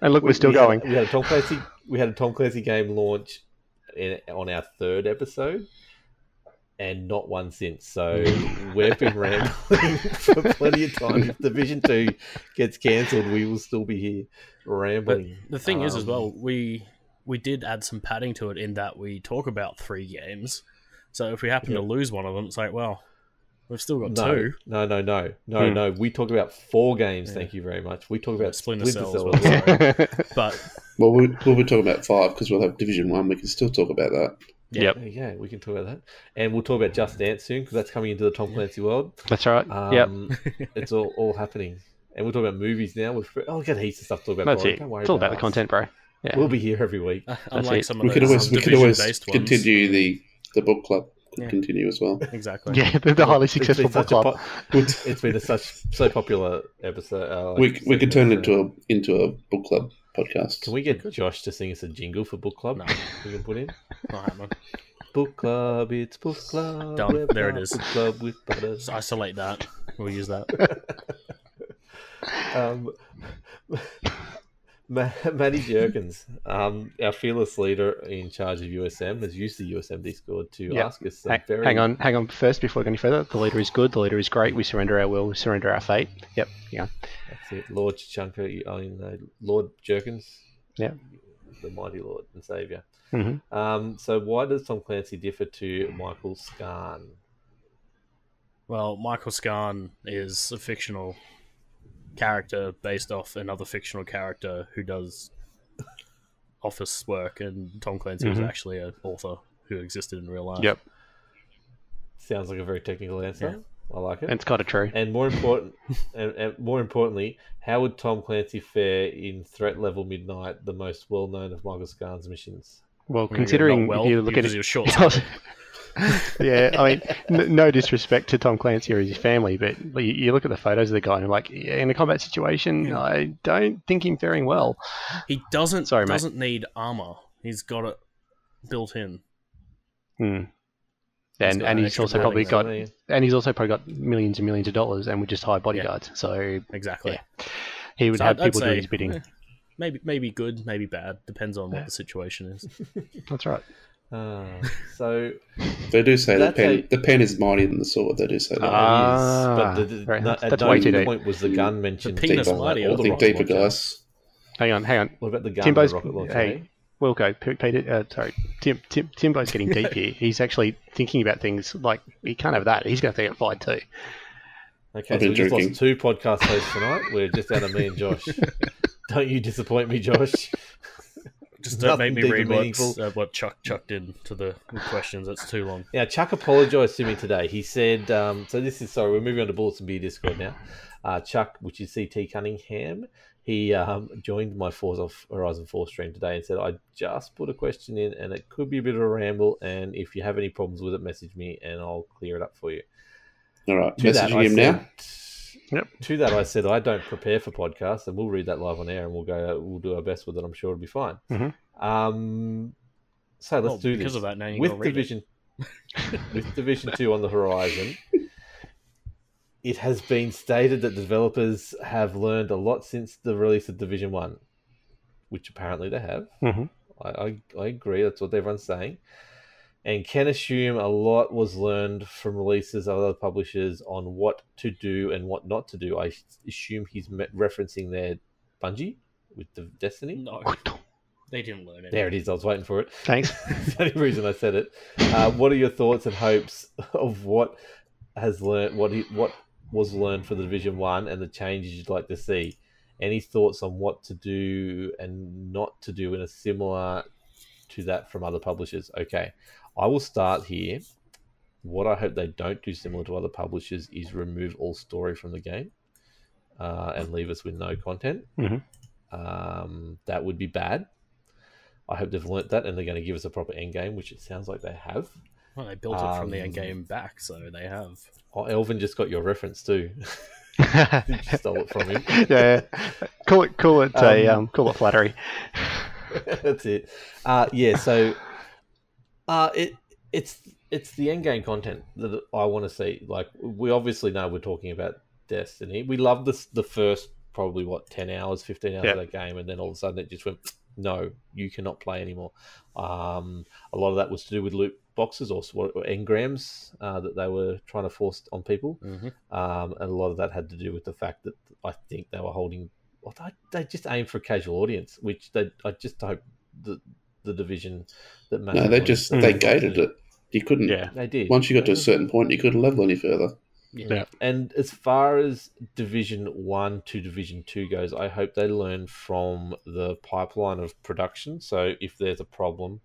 D: and look, we're still
C: We had-
D: going.
C: we had a Tom Clancy. We had a Tom Clancy game launch in, on our third episode, and not one since. So we've been rambling for plenty of time. If Division Two gets cancelled, we will still be here rambling.
F: The thing is, as
C: Um,
F: well, we we did add some padding to it in that we talk about three games. So if we happen to lose one of them, it's like, well, we've still got
C: No,
F: two.
C: no, no, no, no,
D: Hmm.
C: no. We talk about four games.
F: Yeah.
C: Thank you very much. We talk about
F: Splinter
C: Splinter,
F: Cell as
C: Cell.
F: well,
C: as well.
F: sorry.
D: yep.
F: But
E: Well, we, we'll be talking about five because we'll have Division One. We can still talk about that.
C: yeah, we can talk about that, and we'll talk about Just Dance soon because that's coming into the Tom Clancy world.
D: That's right. yep.
C: Um, it's all, all happening. And we'll talk about movies now. We've, oh, we've got heaps of stuff to talk about.
D: That's
C: Brian.
D: it.
C: Don't worry
D: It's all about the
C: us.
D: content, bro. Yeah.
C: We'll be here every week.
F: uh, unlike
D: it.
F: some of
E: We
F: those
E: could always we could always
F: division-based ones,
E: continue the the book club. Could
F: Yeah.
E: continue as well.
F: exactly.
D: Yeah, the, the highly
C: It's been
D: successful book
C: such a
D: club.
C: po-
E: Good.
C: it's been a such so popular episode. Uh, like,
E: We, we could turn it
C: segment,
E: into
C: so-
E: a into a book club podcast.
C: Can we get Josh to sing us a jingle for book club?
F: No.
C: We can put in
F: All right, man.
C: book club. It's book club.
F: Done.
C: we're
F: There it
C: back,
F: is.
C: Book club with butter.
F: Just isolate that. We'll use that.
C: Um, Ma- Matty Jurgens, um, our fearless leader in charge of USM, has used the USM Discord to
D: Yeah.
C: ask us.
D: Hang,
C: Some very,
D: hang on, hang on. First, before we go any further, the leader is good. The leader is great. We surrender our will. We surrender our fate. Yep. Yeah.
C: That's it, Lord Chunker, you- I mean, uh, Lord Jerkins.
D: Yeah.
C: The mighty Lord and Savior.
D: Mhm.
C: Um, so, why does Tom Clancy differ to Michael Scarn?
F: Well, Michael Scarn is a fictional character based off another fictional character who does office work, and Tom Clancy was
E: Mm-hmm.
D: Mhm.
F: actually an author who existed in real life.
D: Yep.
C: Sounds like a very technical answer. I like it.
D: And it's kind of true.
C: And more important, and, and more importantly, how would Tom Clancy fare in Threat Level Midnight, the most well-known of Michael Scarn's missions?
D: Well,
F: I mean,
D: considering
F: not well,
D: if you look at it,
F: because he was short.
D: yeah, I mean, n- no disrespect to Tom Clancy or his family, but you, you look at the photos of the guy and you're like, yeah, in a combat situation, I don't think him faring well.
F: He doesn't
D: Sorry, mate.
F: doesn't need armor. He's got it built in.
D: Hmm.
F: He's
D: And
F: got
D: and
F: an
D: he's
F: extra
D: also
F: padding
D: probably
F: there.
D: got
C: Hey,
D: and he's also probably got millions and millions of dollars and would just hire bodyguards. So
F: Exactly.
D: Yeah. he would
F: So
D: have
F: I'd- I'd
D: people
F: say,
D: doing his bidding.
F: eh, Maybe maybe good, maybe bad. Depends on what the situation is.
D: That's right.
C: ah, so
E: They do say the
C: That's
E: pen,
C: a-
E: the pen is mightier than the sword. They do say that.
C: It
D: Ah,
C: is, but the, the,
D: very
C: no,
D: nice.
C: at
D: That's
C: no
D: way too deep.
C: point was the gun mentioned.
F: penis
C: Deep on that.
F: mighty,
C: All
E: I
F: I
C: the
E: think
C: rocket
E: deeper,
C: launcher.
E: guys.
D: Hang on, hang on.
C: What about the gun? and
D: Timbo's
C: the rocket launcher, eh?
D: hey, Wilco, P- Peter, uh, sorry, Tim, Tim, Timbo's getting deep here. He's actually thinking about things like he can't have that. He's going to think it applied too.
C: Okay,
E: I've
C: so
E: been
C: we just
E: drinking.
C: lost two podcast hosts tonight. We're just out of me and Josh. Don't you disappoint me, Josh.
F: Just don't
C: Nothing
F: make me
C: deep
F: read
C: and
F: what,
C: meaningful.
F: uh, what Chuck chucked in to the questions. That's too long.
C: Now, Chuck apologized to me today. He said, um, so this is, sorry, we're moving on to Bullets and Beer Discord now. Uh, Chuck, which is CT Cunningham, he um, joined my Forza Horizon 4 stream today and said, I just put a question in and it could be a bit of a ramble. And if you have any problems with it, message me and I'll clear it up for you.
E: All right,
C: To that, I
E: messaging him
C: said-
E: now.
D: Yep.
C: To that, I said I don't prepare for podcasts, and we'll read that live on air, and we'll go. We'll do our best with it. I'm sure it'll be fine.
D: Mhm.
C: Um, so let's
F: Mm-hmm. Well,
C: do this.
F: Oh, because of that, now you
C: with
F: gotta read it.
C: division, with division two on the horizon, it has been stated that developers have learned a lot since the release of Division One, which apparently they have.
D: Mhm.
C: I, I, I agree. That's what everyone's saying. And can assume a lot was learned from releases of other publishers on what to do and what not to do. I assume he's me- referencing their Bungie with the Destiny.
F: No, they didn't learn it.
C: There it is. I was waiting for it.
D: Thanks.
C: It's the only reason I said it. Uh, what are your thoughts and hopes of what has learned what he, what was learned for the Division One and the changes you'd like to see? Any thoughts on what to do and not to do in a similar to that from other publishers? Okay, I will start here. What I hope they don't do similar to other publishers is remove all story from the game uh, and leave us with no content.
D: Mhm.
C: Um, that would be bad. I hope they've learnt that and they're going to give us a proper end game, which it sounds like they have.
F: Well, they built it from the
C: Um,
F: end game back, so they have.
C: Oh, Elvin just got your reference too. you stole it from him.
D: yeah, call it call it a
C: Um,
D: um, call it flattery.
C: That's it. Uh, yeah. So, uh, it it's it's the end game content that I want to see. Like we obviously know we're talking about Destiny. We love this the first probably what ten hours, fifteen hours
D: Yeah.
C: of that game, and then all of a sudden it just went. No, you cannot play anymore. Um, a lot of that was to do with loot boxes or, sw- or engrams uh, that they were trying to force on people.
F: Mm-hmm.
C: Um, and a lot of that had to do with the fact that I think they were holding. Well, they, they just aimed for a casual audience, which they, I just hope the the division that
E: No, they just they
D: Mm.
E: gated it. You couldn't.
D: Yeah.
C: They did.
E: Once you got to a certain point, you couldn't level any further.
C: And as far as Division One to Division Two goes, I hope they learn from the pipeline of production. So if there's a problem,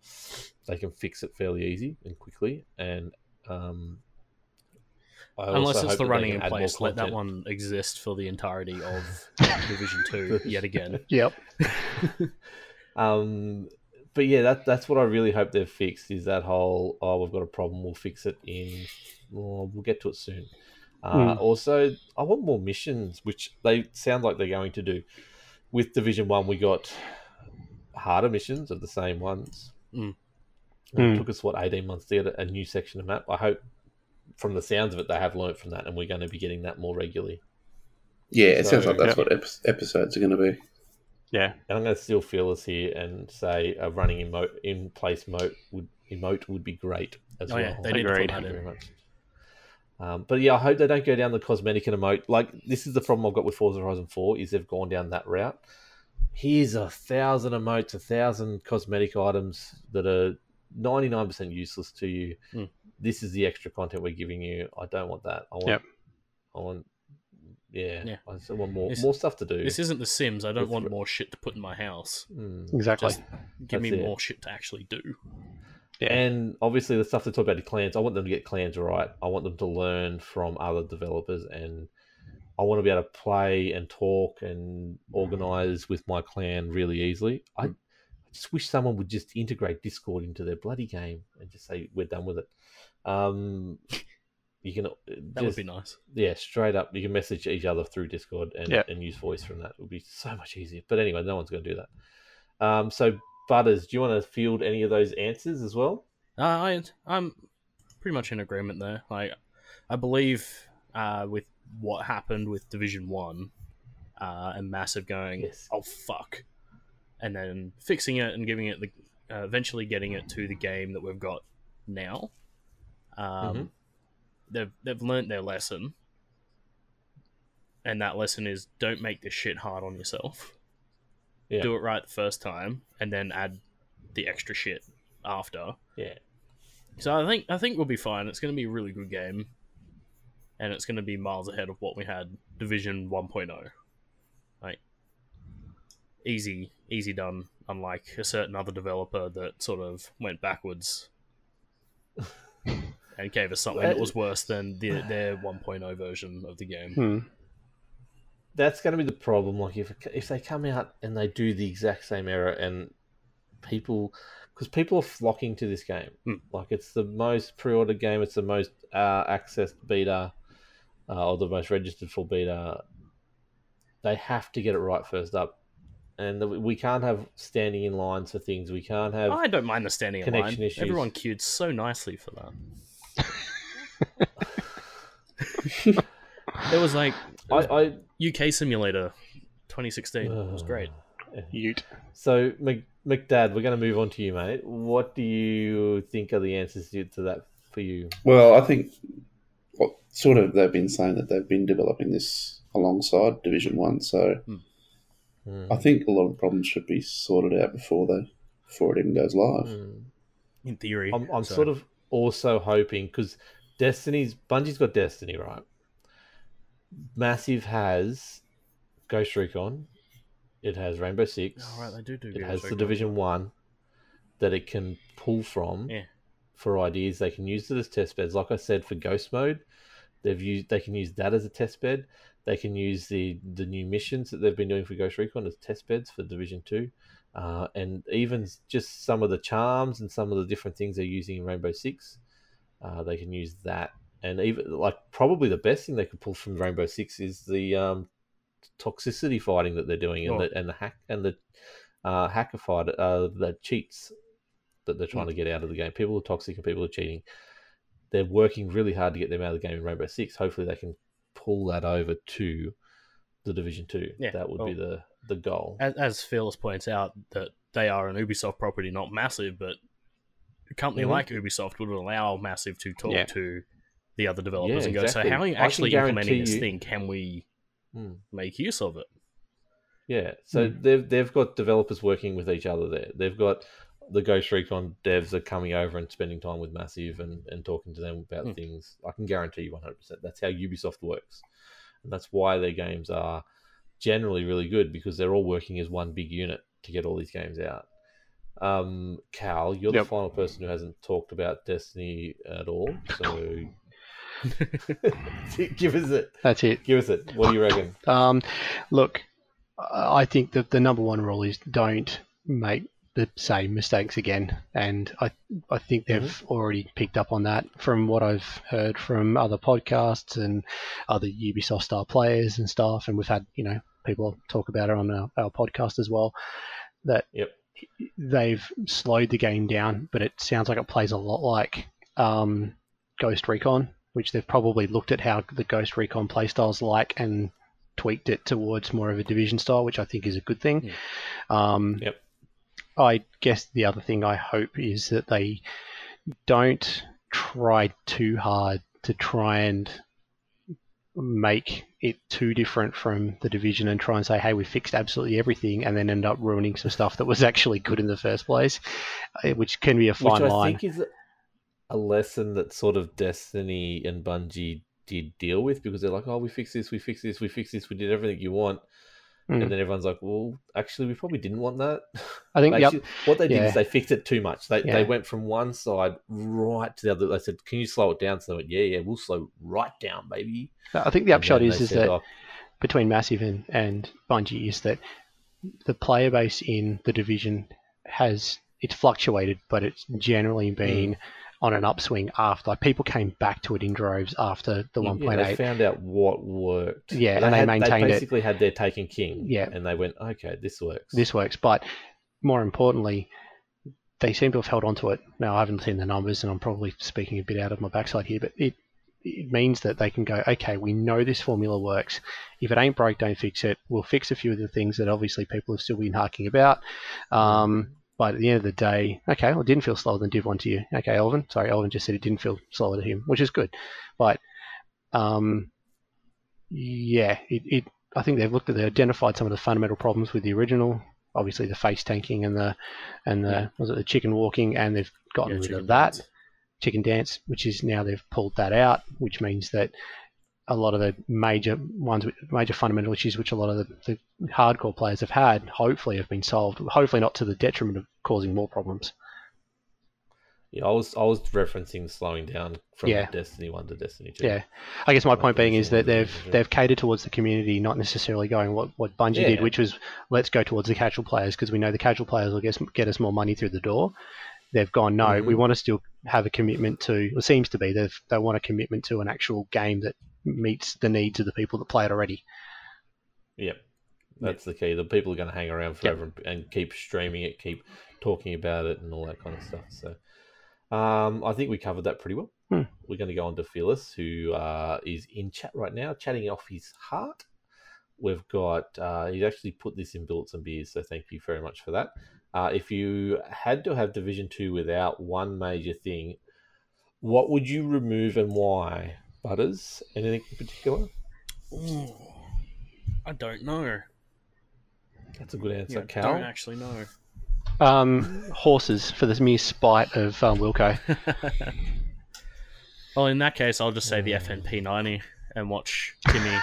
C: they can fix it fairly easy and quickly. And um, I also
F: Unless
C: hope
F: it's
C: that
F: the
C: they
F: running
C: can
F: in
C: add more
F: place, let that
C: content.
F: one exist for the entirety of Division Two yet again.
D: Yep.
C: Um, but yeah, that that's what I really hope they've fixed is that whole oh we've got a problem, we'll fix it in, oh, well, we'll get to it soon. Uh, Also, I want more missions, which they sound like they're going to do. With Division One, we got harder missions of the same ones.
F: Mm.
C: And It
D: Mm.
C: took us what eighteen months to get a a new section of map. I hope, from the sounds of it, they have learnt from that, and we're going to be getting that more regularly.
E: Yeah, it sounds
C: So-
E: like that's what ep- episodes are going to be.
G: Yeah.
C: And I'm going to still feel this here and say a running in, mo- in place moat would emote would be great as
F: Oh,
C: well.
F: yeah, they need to
G: Agreed.
F: put
C: Thank
F: that
C: you very
F: in.
C: much. Um, but yeah, I hope they don't go down the cosmetic and emote. Like this is the problem I've got with Forza Horizon Four is they've gone down that route. Here's a thousand emotes, a thousand cosmetic items that are ninety nine percent useless to you.
F: Hmm.
C: This is the extra content we're giving you. I don't want that. I want.
G: Yep.
C: I want. Yeah,
F: Yeah.
C: I just want more
F: This-
C: more stuff to do.
F: This isn't The Sims. I don't
C: It's-
F: want more shit to put in my house.
C: Hmm.
D: Exactly.
F: Just give me
C: That's it.
F: more shit to actually do.
G: Yeah.
C: And obviously, the stuff they talk about the clans, I want them to get clans right. I want them to learn from other developers, and I want to be able to play and talk and organize with my clan really easily. I,
F: Hmm.
C: I just wish someone would just integrate Discord into their bloody game and just say we're done with it. Um, you can uh,
F: That would be nice.
C: yeah, straight up. You can message each other through Discord and,
G: Yeah.
C: and use voice from that. It would be so much easier. But anyway, no one's going to do that. Um, so, Butters, do you want to field any of those answers as well?
F: Uh, I I'm pretty much in agreement there. Like I believe uh, with what happened with Division One uh, and Massive going,
C: Yes.
F: oh fuck, and then fixing it and giving it the uh, eventually getting it to the game that we've got now. Um,
C: Mhm.
F: They've they've learnt their lesson, and that lesson is don't make this shit hard on yourself.
C: Yeah.
F: Do it right the first time, and then add the extra shit after.
C: Yeah.
F: So I think I think we'll be fine. It's going to be a really good game, and it's going to be miles ahead of what we had Division 1.0. Like easy, easy done. Unlike a certain other developer that sort of went backwards and gave us something that was worse than the, their 1.0 version of the game.
D: Hmm.
C: That's going to be the problem. Like, if if they come out and they do the exact same error, and people, because people are flocking to this game.
F: Hmm.
C: Like, it's the most pre-ordered game. It's the most uh, accessed beta, uh, or the most registered for beta. They have to get it right first up, and we- we can't have standing in lines for things. We can't have.
F: I don't mind the standing in line.
C: Connection issues.
F: Everyone queued so nicely for that. it was like
C: I, I
F: UK Simulator 2016. it was great.
G: Ute.
C: So, Mc, McDad, we're going to move on to you, mate. What do you think are the answers to to that for you?
E: Well, I think what sort of they've been saying that they've been developing this alongside Division One, so
C: Hmm.
E: I think a lot of problems should be sorted out before they before it even goes live.
C: Hmm.
F: In theory,
C: I'm, I'm
F: so-
C: sort of also hoping because Destiny's Bungie's got Destiny, right? Massive has Ghost Recon. It has Rainbow Six.
F: Oh, right, they do do.
C: it
F: Ghost
C: has the
F: Recon.
C: Division One that it can pull from
F: Yeah.
C: for ideas. They can use it as test beds. Like I said, for Ghost Mode, they've used they can use that as a test bed. They can use the the new missions that they've been doing for Ghost Recon as test beds for Division Two, uh, and even s- just some of the charms and some of the different things they're using in Rainbow Six. Uh, they can use that, and even like probably the best thing they could pull from Rainbow Six is the um, toxicity fighting that they're doing and
F: Oh.
C: the and the hack and the uh, hacker fight uh, the cheats that they're trying to get out of the game. People who are toxic and people who are cheating. They're working really hard to get them out of the game in Rainbow Six. Hopefully, they can pull that over to the Division Two.
F: Yeah,
C: that would be the the goal.
F: as, as Phyllis points out that they are an Ubisoft property, not massive, but a company
C: Mhm.
F: like Ubisoft would allow massive to talk
G: Yeah.
F: to the other developers
C: Yeah,
F: and go,
C: exactly.
F: "So how are
C: I
F: you
C: can
F: actually implementing
C: guarantee
F: this
C: you-
F: thing? Can we
C: Hmm.
F: make use of it?"
C: Yeah, so they've they've got developers working with each other there. They've got the Ghost Recon devs are coming over and spending time with Massive and, and talking to them about
F: Hmm.
C: things. I can guarantee you one hundred percent. That's how Ubisoft works, and that's why their games are generally really good because they're all working as one big unit to get all these games out. Um, Cal, you're
G: Yep.
C: the final person who hasn't talked about Destiny at all, so give us it.
D: That's it.
C: Give us it. What do you reckon?
D: Um, look, I I think that the number one rule is don't make the same mistakes again, and I I think they've already picked up on that from what I've heard from other podcasts and other Ubisoft star players and stuff, and we've had you know people talk about it on our, our podcast as well. That
C: Yep.
D: they've slowed the game down, but it sounds like it plays a lot like um, Ghost Recon, which they've probably looked at how the Ghost Recon playstyle's like and tweaked it towards more of a division style, which I think is a good thing.
C: Yeah.
D: Um,
C: Yep.
D: I guess the other thing I hope is that they don't try too hard to try and make it too different from the division and try and say, hey, we fixed absolutely everything, and then end up ruining some stuff that was actually good in the first place, eh, which can be a fine
C: which I
D: line.
C: think is a lesson that sort of Destiny and Bungie did deal with because they're like, oh, we fixed this, we fixed this, we fixed this, we did everything you want.
D: Mm.
C: And then everyone's like, well, actually, we probably didn't want that.
D: I think,
C: They
D: yep,
C: actually- what they did
D: Yeah.
C: is they fixed it too much. They,
D: Yeah.
C: they went from one side right to the other. They said, can you slow it down? So they went, yeah, yeah, we'll slow right down, baby.
D: I think the
C: And
D: upshot
C: then
D: is
C: they
D: is
C: said,
D: that
C: "Oh,
D: between Massive and, and Bungie is that the player base in the division has it's fluctuated, but it's generally
C: Mm.
D: been on an upswing after like people came back to it in droves after the one
C: yeah,
D: point
C: they
D: eight.
C: found out what worked.
D: Yeah, and they
C: had,
D: maintained it.
C: They basically had their Taken King.
D: Yeah.
C: and they went, okay, this works.
D: This works, but more importantly, they seem to have held on to it. Now I haven't seen the numbers, and I'm probably speaking a bit out of my backside here, but it it means that they can go, okay, we know this formula works. If it ain't broke, don't fix it. We'll fix a few of the things that obviously people have still been harking about. Um, but at the end of the day, okay, well, it didn't feel slower than Div 1 to you. Okay, Elvin. Sorry, Elvin just said it didn't feel slower to him, which is good. But um, yeah, it, it. I think they've looked at, they identified some of the fundamental problems with the original. Obviously, the face tanking and the and the was it the chicken walking, and they've gotten
F: Yeah,
D: rid
F: chicken
D: of that
F: dance.
D: chicken dance, which is now they've pulled that out, which means that a lot of the major ones, major fundamental issues, which a lot of the, the hardcore players have had, hopefully have been solved. Hopefully not to the detriment of causing more problems.
C: Yeah, I was I was referencing slowing down from
D: Yeah.
C: Destiny One to Destiny Two.
D: Yeah, I guess my
C: Like
D: point being
C: those
D: is that
C: smaller
D: they've
C: things, yeah.
D: they've catered towards the community, not necessarily going what what Bungie did,
C: Yeah.
D: which was let's go towards the casual players because we know the casual players will get get us more money through the door. They've gone no, we
C: Mhm.
D: want to still have a commitment to. It seems to be they they want a commitment to an actual game that meets the needs of the people that play it already.
C: Yep. That's the key. The people are going to hang around forever and and keep streaming it, keep talking about it, and all that kind of stuff. So, um, I think we covered that pretty well.
D: Hmm.
C: We're going to go on to Phyllis, who uh, is in chat right now, chatting off his heart. We've got, uh, he's actually put this in Billets and Beers, so thank you very much for that. Uh, if you had to have Division 2 without one major thing, what would you remove and why? Butters? Anything in particular?
F: Ooh, I don't know.
C: That's a good answer.
F: Yeah, I
C: Cal?
F: don't actually know.
D: Um, horses for the mere spite of um, Wilco.
F: Well, in that case, I'll just say the
D: Mm.
F: FNP ninety and watch Timmy,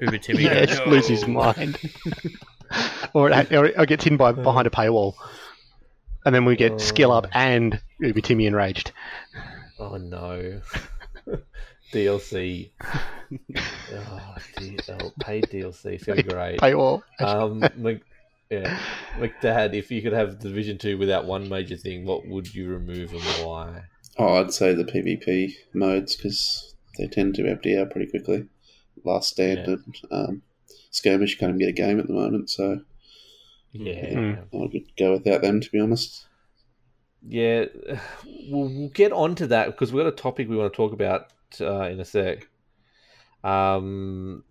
F: Uber Timmy. go,
D: Yeah, just lose his
F: "No."
D: mind, or, it, or it gets hidden by behind a paywall, and then we get skill up and Uber Timmy enraged.
C: Oh no. DLC. oh, D- oh, paid DLC. Feel
D: Paid-
C: great.
D: Paywall.
C: Um, Mc- yeah. McDad, if you could have Division 2 without one major thing, what would you remove and why?
E: Oh, I'd say the PvP modes because they tend to empty out pretty quickly. Last stand
C: Yeah.
E: and um, skirmish you can't even get a game at the moment, so
C: Yeah.
D: Mm.
E: I would go without them to be honest.
C: Yeah. We'll, we'll get on to that because we've got a topic we want to talk about uh, in a sec. Um,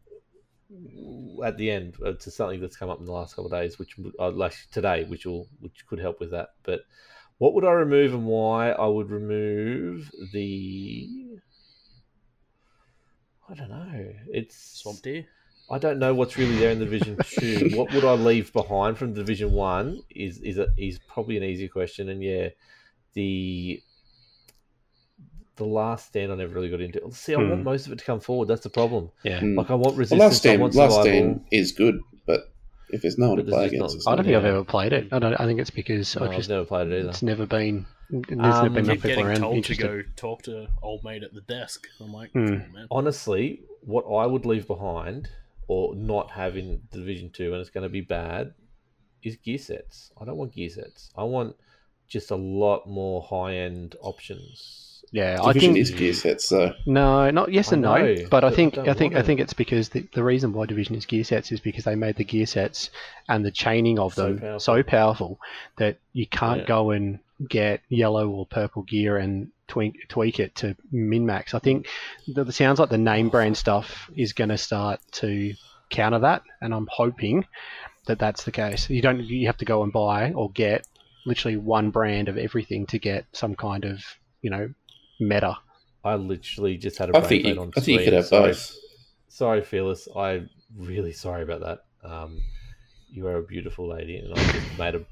C: at the end uh, to something that's come up in the last couple of days, which would- uh, like today, which will which could help with that. But what would I remove and why? I would remove the. I don't know. It's
F: Swamp Deer.
C: I don't know what's really there in Division Two. what would I leave behind from Division One is is a, is probably an easier question. And yeah, the the last stand I never really got into. See, I
D: Hmm.
C: want most of it to come forward. That's the problem.
D: Yeah.
E: Hmm.
C: like I want
E: The
C: resistance.
E: last
C: I
E: stand,
C: want
E: last
C: survival.
E: stand is good, but if there's no one
C: But
E: to
C: there's
E: play
C: just
E: against,
C: not-
E: it's
D: I
E: not
D: don't think I've
C: Yeah.
D: ever played it. I don't. I think it's because
C: No,
D: I
C: I've
D: just
C: never played it either.
D: it's never been. There's
C: Um,
D: never been
C: Keep
D: enough
F: Keep
D: people
F: getting
D: around
F: told to
D: interested.
F: go talk to old mate at the desk. I'm like,
D: Hmm.
F: "Oh, man.
C: honestly, what I would leave behind or not have in Division Two, and it's going to be bad, is gear sets. I don't want gear sets. I want just a lot more high end options.
D: Yeah, I
E: Division
D: think
E: is gear sets, so
D: No, not yes
C: I
D: and no.
C: know,
D: but, I
C: but I
D: think
C: don't
D: I, think I
C: want
D: think it's because the, the reason why Division is gear sets is because they made the gear sets and the chaining of
C: So
D: them
C: powerful.
D: so powerful that you can't
C: Yeah.
D: go and get yellow or purple gear and tweak tweak it to min max. I think that it sounds like the name brand stuff is going to start to counter that, and I'm hoping that that's the case. You don't you have to go and buy or get literally one brand of everything to get some kind of you know meta.
C: I literally just had a
E: I
C: brain
E: think
C: fade
E: you,
C: on
E: I think you
C: screen.
E: could have
C: sorry,
E: both.
C: sorry, Phyllis. I'm really sorry about that. Um, you are a beautiful lady, and I just made a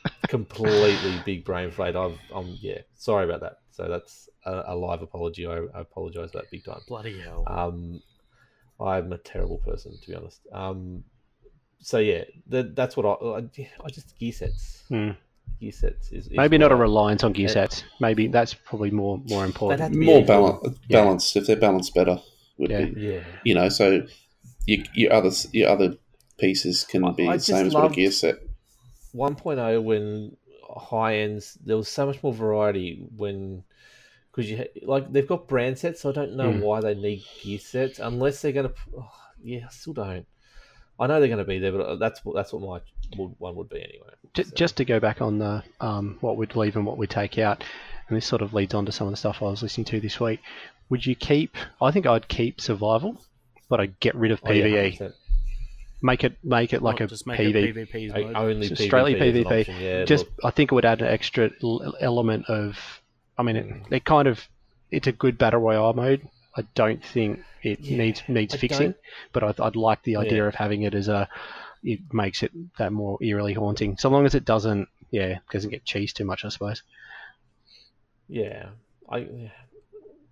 C: completely big brain fade. I've, I'm yeah, sorry about that. So that's a, a live apology. I, I apologize for that big time.
F: Bloody hell.
C: Um, I'm a terrible person, to be honest. Um, so yeah, that, that's what I, I I just gear sets.
D: Hmm.
C: Gear sets is, is
D: Maybe not a
C: what I-
D: reliance on gear
C: Yeah.
D: sets. Maybe that's probably more more
C: That'd have
D: important.
C: to be
E: More
C: a-
E: balance,
D: Yeah.
E: balanced. If they're balanced better, would
D: Yeah.
E: be
C: Yeah,
E: you know. So your your other your other pieces can be
C: I
E: the
C: just
E: same as what a
C: loved-
E: gear set.
C: 1.0 when high ends there was so much more variety when because you ha- like they've got brand sets. So I don't know
D: Hmm.
C: why they need gear sets unless they're gonna. p- Oh, yeah, I still don't. I know they're gonna be there, but uh, that's what that's what my would- one would be anyway.
D: Ju-
C: So-
D: Just to go back on the um, what we'd leave and what we take out, and this sort of leads on to some of the stuff I was listening to this week. Would you keep? I think I'd keep survival, but I'd get rid of
C: Oh, yeah,
D: PVE.
C: 100%.
D: make it make it like
F: Not
D: a E
F: just make
D: PVE.
F: it PvP's
C: O-
F: mode.
C: Only
D: Just
C: PvP
D: strictly
C: as an
D: PvP.
C: option, Yeah,
D: just
C: look,
D: I think it would add an extra l- element of. I mean, it, it kind of it's a good battle royale mode. I don't think it
C: Yeah,
D: needs needs
C: I
D: fixing,
C: don't-
D: but I'd, I'd like the idea
C: Yeah.
D: of having it as a. It makes it that more eerily haunting. So long as it doesn't, yeah, doesn't get cheese too much, I suppose.
C: yeah. I yeah.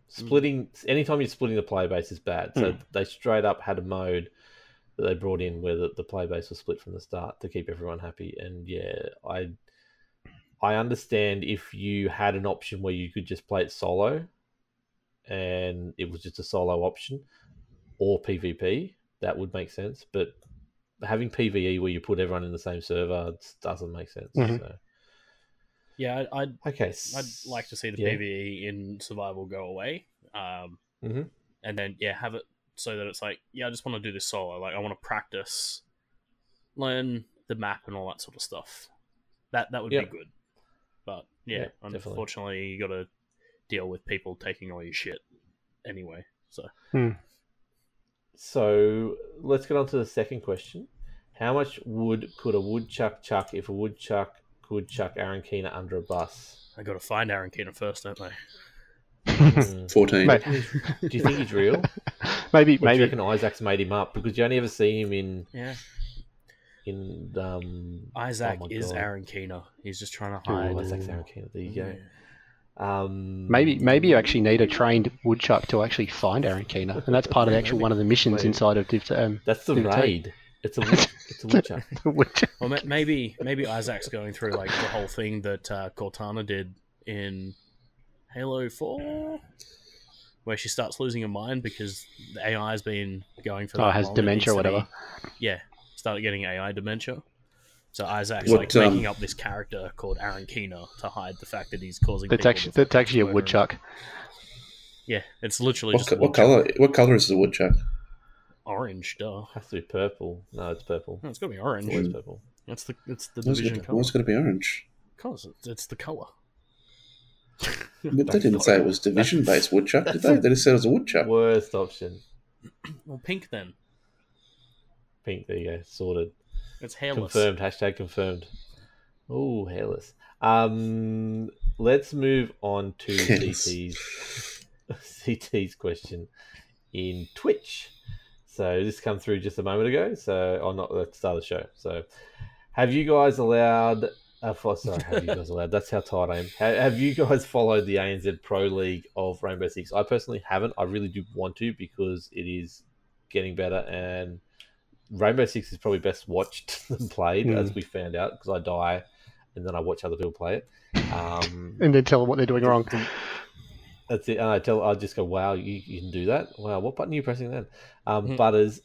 C: splitting anytime you're splitting the player base is bad. So they straight up had a mode that they brought in where the, the player base was split from the start to keep everyone happy. And yeah, I I understand if you had an option where you could just play it solo and it was just a solo option or PvP, that would make sense. But having PvE where you put everyone in the same server doesn't make sense.
D: Mhm.
C: So
F: Yeah, I'd, I'd,
C: okay,
F: I'd like to see the
C: yeah.
F: PvE in survival go away. Um,
C: Mhm.
F: And then, yeah, have it so that it's like, yeah, I just want to do this solo. Like, I want to practice, learn the map and all that sort of stuff. That that would
C: Yeah.
F: be good. But, yeah,
C: Yeah, definitely.
F: unfortunately, you got to deal with people taking all your shit anyway. So,
C: So let's get on to the second question. How much wood could a woodchuck chuck if a woodchuck could chuck Aaron Keener under a bus?
F: I got to find Aaron Keenan first, don't they?
C: Hmm.
E: Fourteen.
D: Mate.
C: Do you think he's real?
D: Maybe,
C: Or do you
D: maybe
C: reckon Isaac's made him up? Because you only ever see him in
F: Yeah.
C: in um
F: Isaac
C: my
F: is
C: God.
F: Aaron Keener. He's just trying to hide.
C: oh, Isaac's Aaron Keener. There you go. Um,
D: maybe, maybe you actually need a trained woodchuck to actually find Aaron Keener, and that's part of the actual one of the missions
C: Maybe.
D: inside of Div- um,
C: that's the
D: Didn't take-
C: raid. It's a wood- it's a woodchuck.
D: woodchuck.
F: Or ma- maybe maybe Isaac's going through like the whole thing that uh, Cortana did in Halo Four, where she starts losing her mind because the AI's been going for.
D: Oh,
F: that
D: has
F: long, it
D: dementia or
F: needs to
D: whatever.
F: be- yeah, started getting AI dementia. So Isaac's
E: What,
F: like
E: um,
F: making up this character called Aaron Keener to hide the fact that he's causing.
D: That's
F: people
D: actually
F: to
D: that's
F: fucking
D: actually a
F: murder him.
D: woodchuck.
F: Yeah, it's literally
E: What,
F: just
E: co-
F: a
E: what
F: woodchuck.
E: color? What color is the woodchuck?
F: Orange, duh.
C: It has to be purple. No, it's purple.
F: No, it's gotta be
C: It's
F: orange.
D: Hmm.
C: always purple.
F: That's the it's the
E: Why's
F: division
E: it
F: color.
E: going to be orange?
F: Cause it's, it's the color.
E: They didn't say it was division-based woodchuck, did they? They just said it was a woodchuck.
C: Worst option.
F: Well, pink then.
C: Pink. There you go. Sorted.
F: It's hairless.
C: Confirmed. Hashtag confirmed. Oh, hairless. Um, let's move on to
E: Yes.
C: CT's CT's question in Twitch. So this come through just a moment ago. So or not at the start of the show. So have you guys allowed? Uh, for, sorry, have you guys allowed? That's how tired I am. Ha- have you guys followed the ANZ Pro League of Rainbow Six? I personally haven't. I really do want to because it is getting better and Rainbow Six is probably best watched than played,
D: Mm.
C: as we found out, because I die and then I watch other people play it. Um,
D: and then tell them what they're doing wrong.
C: that's it. And I tell, I just go, wow, you, you can do that. Wow, what button are you pressing then? Um,
D: Hmm.
F: Mhm.
C: Butters,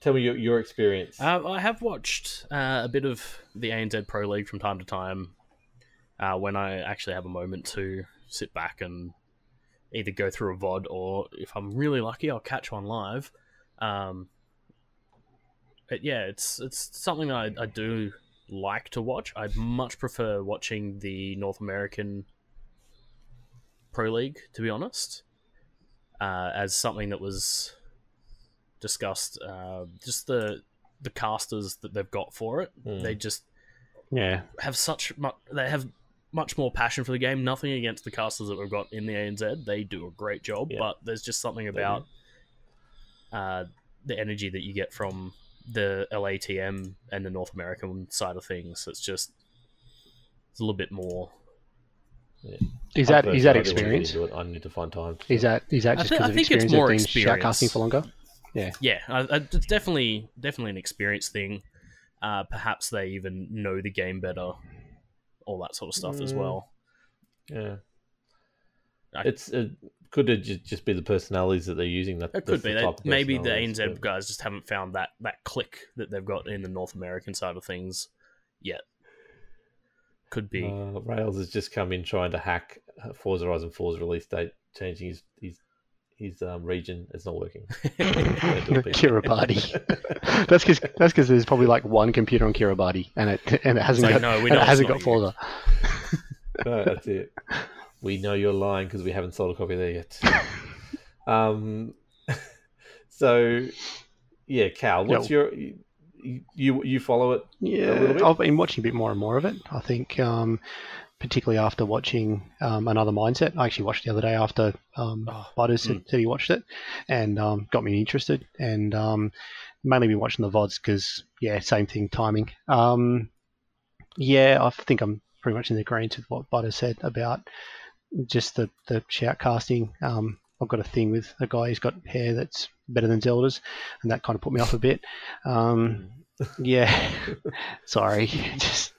C: tell me your, your experience.
F: Um, I have watched uh, a bit of the ANZ Pro League from time to time uh, when I actually have a moment to sit back and either go through a VOD or, if I'm really lucky, I'll catch one live. Um, but yeah, it's it's something I, I do like to watch. I much prefer watching the North American Pro League, to be honest, uh, as something that was discussed uh, just the the casters that they've got for it.
C: Hmm.
F: They just
D: Yeah.
F: have such much they have much more passion for the game. Nothing against the casters that we've got in the ANZ; they do a great job.
C: Yeah.
F: But there's just something about uh, the energy that you get from the LATM and the North American side of things. It's just it's a little bit more.
D: Is
C: I
D: that is that
C: personally don't really
D: experience?
C: get into it. I need to find time.
D: Is that is that
F: I
D: just
F: thi-
D: because
F: I
D: of
F: think it's
D: experience of
F: more
D: being
F: experience.
D: shoutcasting for longer?
F: Yeah, I, I, it's definitely definitely an experience thing. Uh, perhaps they even know the game better, all that sort of stuff as
C: Mm.
F: well.
C: Yeah,
F: I-
C: it's it, could it ju- just be the personalities that they're using? That
F: It
C: that's
F: could be.
C: the
F: They,
C: type of
F: maybe the
C: personalities,
F: ANZ
C: but-
F: guys just haven't found that that click that they've got in the North American side of things yet. Could be.
C: Uh, Rails has just come in trying to hack uh, Forza Horizon 4's release date, changing his his, his um, region. It's not working. Don't do it,
D: The
C: people.
D: Kiribati. that's because that's because there's probably like one computer on Kiribati, and it and it
F: It's
D: hasn't got,
F: like, no, we
D: and
F: know
D: it
F: it's
D: hasn't
F: not
D: got
F: you.
D: Forza.
C: no, that's it. We know you're lying because we haven't sold a copy there yet. um, so yeah, Cal, what's your you, you you follow it? little
D: Yeah,
C: bit?
D: I've been watching a bit more and more of it. I think, um, particularly after watching um, another mindset, I actually watched the other day after um,
C: Oh,
D: Butters
F: Hmm.
D: said, said he watched it, and um, got me interested. And um, mainly been watching the vods because yeah, same thing, timing. Um, yeah, I think I'm pretty much in agreement with what Butters said about just the the shoutcasting. Um, I've got a thing with a guy who's got hair that's better than Zelda's, and that kind of put me off a bit. Um,
F: Hmm.
D: yeah, sorry, just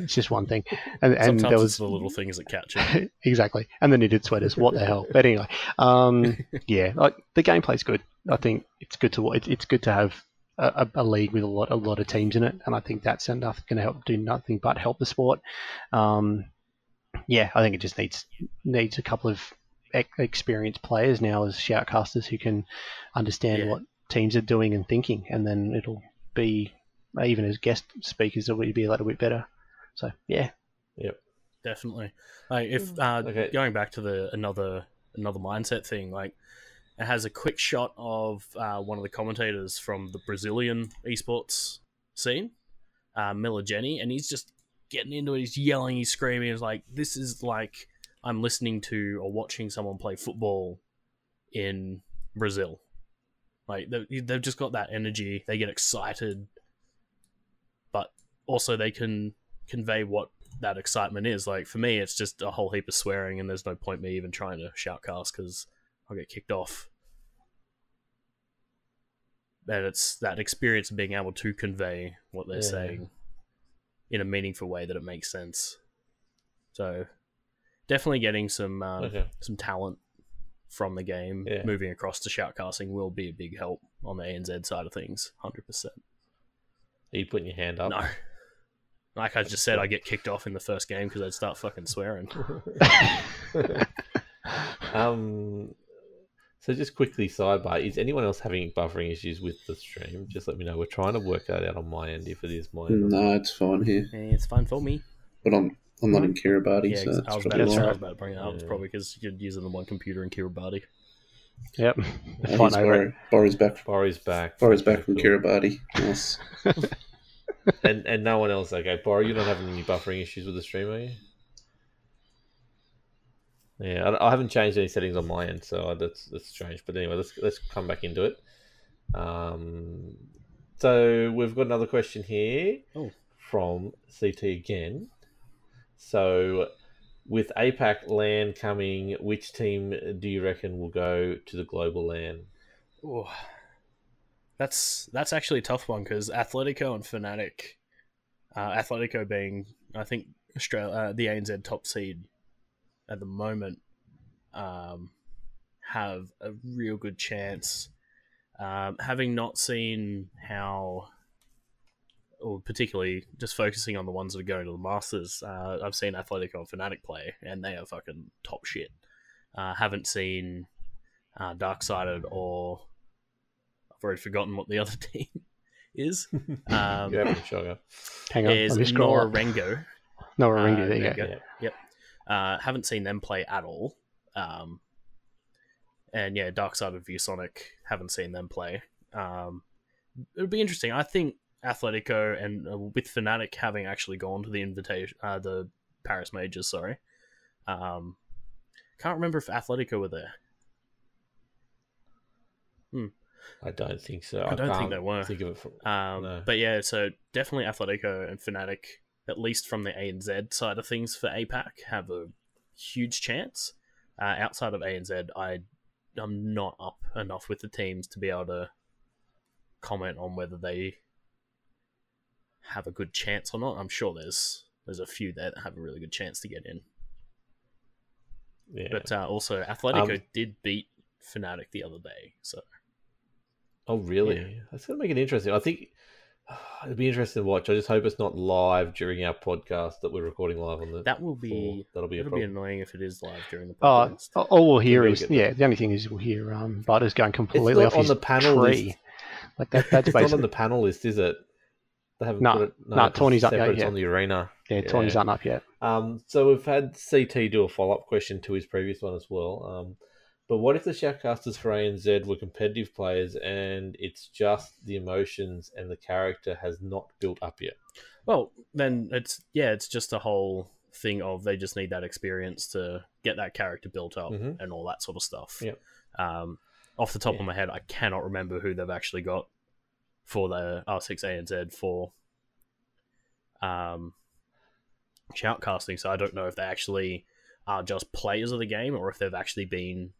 D: it's just one thing, and and
F: Sometimes
D: there
F: it's
D: was
F: the little things that catch it.
D: exactly, and the knitted sweaters. What the hell? But anyway, um, yeah, like the gameplay's good. I think it's good to wa- it's it's good to have a, a a league with a lot a lot of teams in it, and I think that's enough going to help do nothing but help the sport. Um, yeah, I think it just needs needs a couple of ex- experienced players now as shoutcasters who can understand
F: Yeah.
D: what teams are doing and thinking, and then it'll be even as guest speakers, it'll be a little bit better. So yeah,
F: definitely. Like if uh,
C: Okay.
F: going back to the another another mindset thing, like it has a quick shot of uh, one of the commentators from the Brazilian esports scene, uh, Miller Jenny, and he's just getting into it. He's yelling, he's screaming. He's like, "This is like I'm listening to or watching someone play football in Brazil." Like they- they've just got that energy. They get excited, but also they can convey what that excitement is. Like for me, it's just a whole heap of swearing, and there's no point me even trying to shoutcast because I'll get kicked off. And it's that experience of being able to convey what they're
C: Yeah.
F: saying in a meaningful way that it makes sense. So definitely getting some um,
C: Okay.
F: some talent from the game
C: Yeah.
F: moving across to shoutcasting will be a big help on the ANZ side of things, hundred percent.
C: Are you putting your hand up?
F: No. Like I just said, I get kicked off in the first game because I'd start fucking swearing.
C: um, so just quickly sidebar: Is anyone else having buffering issues with the stream? Just let me know. We're trying to work that out on my end. If it is my end,
E: No, it's fine here.
F: it's fine for me.
E: But I'm I'm not in Kiribati,
F: Yeah,
E: so
F: 'cause I,
E: that's
F: was about to,
E: probably
F: I
E: why.
F: was about to bring it up. It's
C: Yeah.
F: probably because you're using the one computer in Kiribati.
D: yep,
E: Uh,
D: Fine
E: he's
D: over it.
E: Bor- Boris back.
C: Borry's back.
E: Boris back from
C: Cool.
E: Kiribati. Yes.
C: and and no one else. Okay, Borry, you're not having any buffering issues with the stream, are you? Yeah, I, I haven't changed any settings on my end, so I- that's that's strange. But anyway, let's let's come back into it. Um, so we've got another question here
F: Oh.
C: from CT again. So, with APAC LAN coming, which team do you reckon will go to the global LAN?
F: Ooh. That's that's actually a tough one because Atletico and Fnatic, uh, Atletico being I think Australia uh, the ANZ top seed at the moment, um, have a real good chance. Um, having not seen how, or particularly just focusing on the ones that are going to the Masters, uh, I've seen Atletico and Fnatic play, and they are fucking top shit. Uh, haven't seen uh, Darksided or I've already forgotten what the other team is. Um,
C: You're having a shocker.
D: hang on,
F: Is
D: let me scroll.
F: Nora
D: up.
F: Rengo.
D: No,
F: Uh,
D: Ringu, there you
F: there
D: go.
F: you go. Yep. Uh, haven't seen them play at all. Um, and yeah, Dark Side of View Sonic. Haven't seen them play. Um, it'll be interesting. I think Atletico and uh, with Fnatic having actually gone to the invitation, uh, the Paris Majors. Sorry, um, can't remember if Atletico were there.
C: I don't think so.
F: I don't think
C: can't
F: they were.
C: Think of it from,
F: Um,
C: No.
F: But yeah, so definitely Atletico and Fnatic, at least from the ANZ side of things for APAC, have a huge chance. Uh, outside of ANZ, I I'm not up enough with the teams to be able to comment on whether they have a good chance or not. I'm sure there's there's a few there that have a really good chance to get in.
C: yeah. Um,
F: But uh, also, Atletico did beat Fnatic the other day, so
C: Oh, really? That's going to make it interesting. I think it'll be interesting to watch. I just hope it's not live during our podcast that we're recording live on the.
F: that will be
C: for- that'll be a
F: it'll be
C: problem.
F: annoying if it is live during the
D: Oh,
F: podcast.
D: all- all we'll hear
C: We'll
D: is
C: get
D: yeah. The only thing is we'll hear um, Barter's going completely
C: not
D: off
C: on
D: his
C: the panel
D: tree.
C: list.
D: Like that. That's
C: it's not on
D: basically
C: the panel list, is it? They haven't
D: No,
C: put it.
D: no,
C: it's
D: Tawny's up
C: separate,
D: there,
C: It's
D: yeah.
C: on the arena.
D: yeah. Tony's aren't up yet.
C: Um, so we've had CT do a follow up question to his previous one as well. Um, but what if the shoutcasters for ANZ were competitive players and it's just the emotions and the character has not built up yet?
F: Well, then it's yeah, it's just a whole thing of they just need that experience to get that character built up
C: Mhm.
F: and all that sort of stuff.
C: Yep.
F: Um, off the top
C: Yeah.
F: of my head, I cannot remember who they've actually got for the R6 ANZ for um, shoutcasting. So I don't know if they actually are just players of the game or if they've actually been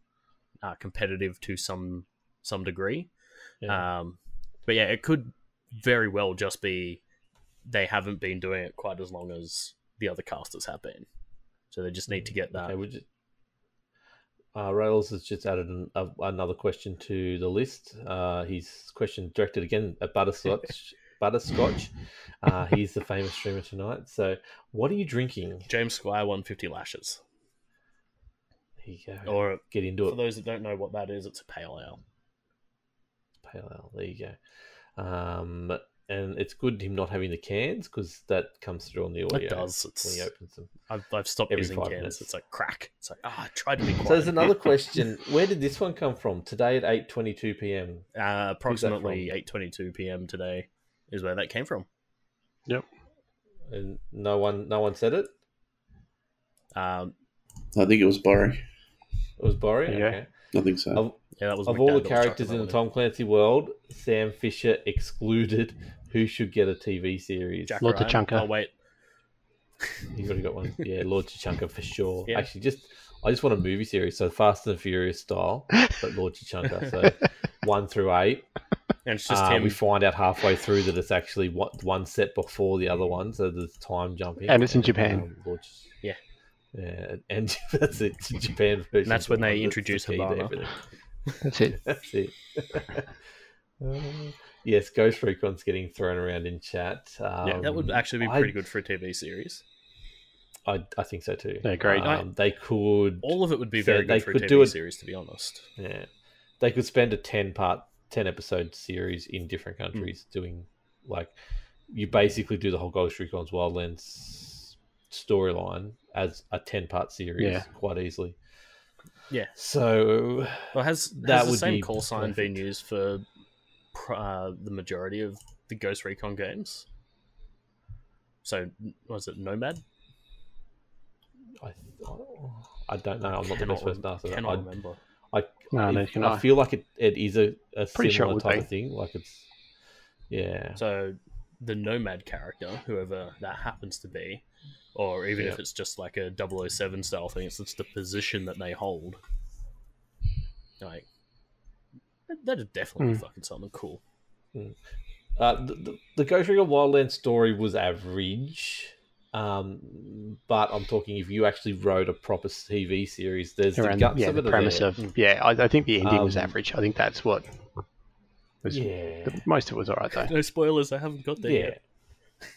F: uh, competitive to some some degree.
C: Yeah.
F: Um, but yeah, it could very well just be they haven't been doing it quite as long as the other casters have been. So they just need to get that.
C: Okay, we just, uh, Rails has just added an, a, another question to the list. Uh, his question directed again at Butterscotch. Butterscotch. Uh, he's the famous streamer tonight. So, what are you drinking?
F: James Squire 150 lashes.
C: Here you go.
F: Or
C: Get into
F: Oh, for
C: it.
F: those that don't know what that is, it's a pale ale.
C: Pale ale. There you go. Um, and it's good him not having the cans because that comes through on the audio.
F: It does.
C: When
F: It's,
C: he opens them.
F: I've, I've stopped
C: every
F: using
C: five
F: cans.
C: minutes.
F: It's like crack. It's like, ah, I tried to be quiet.
C: So there's another question. Where did this one come from? Today at eight twenty-two p.m.
F: uh, approximately
C: from?
F: 8.22 p.m. today is where that came from.
C: and no one, no one said it.
F: Um,
E: I think it was Borry.
C: It was Boria.
D: There you go.
C: Okay.
E: I think
F: Oh,
E: so.
C: Of-
F: yeah, that was
C: of all
F: McDaniel's
C: the characters in the
F: chocolate.
C: Tom Clancy world, Sam Fisher excluded. Who should get a TV series?
F: Jack
D: Lord
F: Ryan.
D: Tachanka.
F: Oh, wait.
C: You already got one. Yeah, Lord Chichanka for sure.
F: Yeah.
C: Actually, just I just want a movie series, so Fast and Furious style, but Lord Chichanka. So one through eight.
F: And it's just
C: Uh,
F: him.
C: We find out halfway through that it's actually what one set before the other one, so there's time jumping.
D: And it's in Japan.
C: um, Lord Ch-
F: Yeah.
C: Yeah, and that's it. it's a Japan version.
F: And that's when they
C: That's the
F: introduce
C: key to
F: Havana.
C: everything.
D: That's it.
C: That's it. Uh, yes, Ghost Recon's getting thrown around in chat. Um,
F: yeah, that would actually be
C: I-
F: pretty good for a TV series.
C: I, I think so too.
D: Yeah, great.
C: Um, they could.
F: All of it would be
C: So
F: very
C: they
F: good for a
C: could
F: TV
C: do it-
F: series, to be honest.
C: Yeah, they could spend a ten-part, ten-episode series in
F: Hmm.
C: different countries doing like you basically do the whole Ghost Recon's Wildlands storyline as a ten-part series
D: Yeah.
C: quite easily.
F: Yeah.
C: So
F: Well, has,
C: That
F: has the
C: would
F: same
C: be
F: call sign been
C: perfect.
F: used for pr- uh, the majority of the Ghost Recon games? So was it Nomad?
C: I, I don't know. I'm not the
F: Cannot
C: best person to
F: rem-
C: answer that.
F: Cannot
C: I,
F: remember.
C: I,
D: No,
C: it-
D: neither can
C: I,
D: I.
C: feel like it, it is a, a
D: Pretty sure it
C: similar
D: would
C: type
D: be.
C: of thing. Like it's, yeah,
F: So the Nomad character, whoever that happens to be, or even if
C: Yeah.
F: it's just like a 007 style thing, it's just the position that they hold. Like that- that is definitely
D: Hmm.
F: fucking something cool.
C: uh, the, the, the Ghost Recon Wildlands story was average, um, but I'm talking if you actually wrote a proper TV series, there's the
D: Around
C: guts
D: yeah,
C: of
D: the
C: it. are
D: premise
C: there.
D: of yeah. I, I think the ending was
C: Um,
D: average. I think that's what. Was,
C: yeah,
D: the- most of it was alright though.
F: No spoilers. I haven't got there
C: yeah.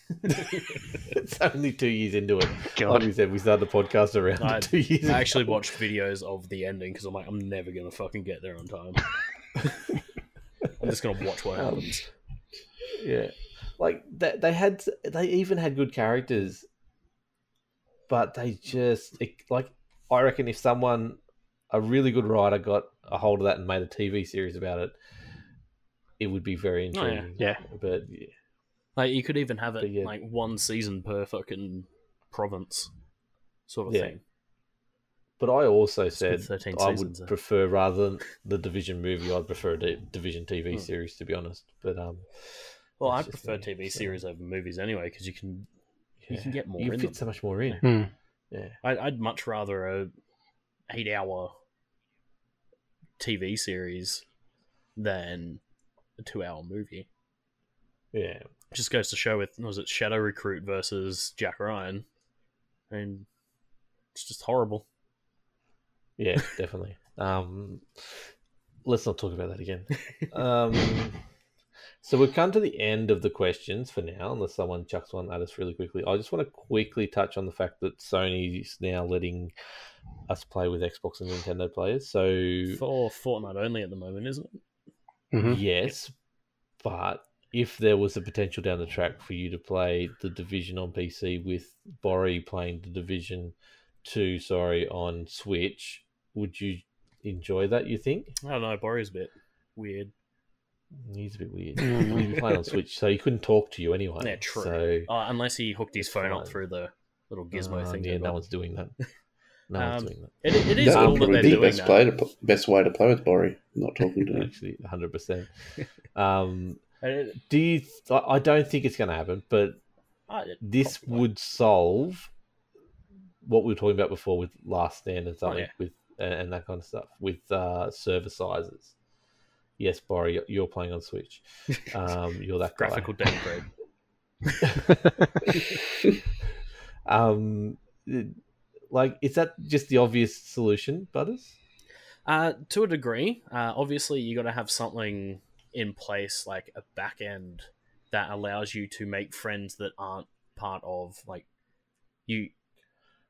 F: yet.
C: it's only two years into it. Like
D: God.
C: we said, we started the podcast around
F: I-
C: two years.
F: I
C: ago.
F: actually watched videos of the ending because I'm like, I'm never gonna fucking get there on time. I'm just gonna watch what
C: Um,
F: happens.
C: Yeah, like they, they had they even had good characters, but they just it, like I reckon if someone a really good writer got a hold of that and made a TV series about it, it would be very
F: Oh, yeah.
C: intriguing.
D: Yeah.
C: But yeah,
F: Like you could even have it
C: But yeah.
F: like one season per fucking province, sort of
C: Yeah.
F: thing.
C: but I also
F: With
C: said
F: Thirteen
C: I would
F: seasons. uh,
C: prefer rather than the Division movie, I'd prefer a D- Division TV
F: Hmm.
C: series to be honest. But um,
F: well, I
C: that's just
F: prefer
C: me,
F: TV
C: so-
F: series over movies anyway because you can you
C: yeah.
F: can get more.
C: you
F: in
C: fit
F: them.
C: so much more in.
D: Hmm.
F: I'd, I'd much rather a eight hour TV series than a two hour movie.
C: Yeah,
F: Just goes to show with was it Shadow Recruit versus Jack Ryan, and it's just horrible.
C: yeah, definitely. Um, let's not talk about that again. Um, so we've come to the end of the questions for now, unless someone chucks one at us really quickly. I just want to quickly touch on the fact that Sony is now letting us play with Xbox and Nintendo players. So
F: For Fortnite only at the moment, isn't it?
D: Mhm.
C: Yes, but if there was a potential down the track for you to play the division on PC with Bori playing the division two, sorry, on Switch, would you enjoy that? You think
F: I don't know. Boris a bit weird.
C: he's a bit weird.
D: Mm.
C: You'd be playing on Switch, so he couldn't talk to you anyway.
F: Yeah, true.
C: So
F: Uh, unless he hooked his
C: It's
F: phone up
C: fine.
F: through the little gizmo
C: Uh,
F: thing.
C: Yeah,
F: they've
C: no
F: got.
C: one's doing that. No one's
F: Um,
C: doing that.
F: It, it is
E: that
F: cool
E: would
F: that
E: probably
F: they're
E: be the
F: doing
E: best,
F: that.
E: play to, pl- best way to play with Bori, not talking to him.
C: Actually, hundred percent. Um,
F: It-
C: do you? Th- I I don't think it's going to happen, but
F: I- it
C: this
F: probably won't.
C: would solve what we were talking about before with last stand and something
F: Oh, yeah.
C: with and, and that kind of stuff with uh, server sizes. Yes, Bori, you're- you're playing on Switch. Um, you're that guy.
F: graphical downgrade.
C: Um, it- like, is that just the obvious solution, Butters?
F: Uh, to a degree, uh, obviously you got to have something in place like a back end that allows you to make friends that aren't part of like you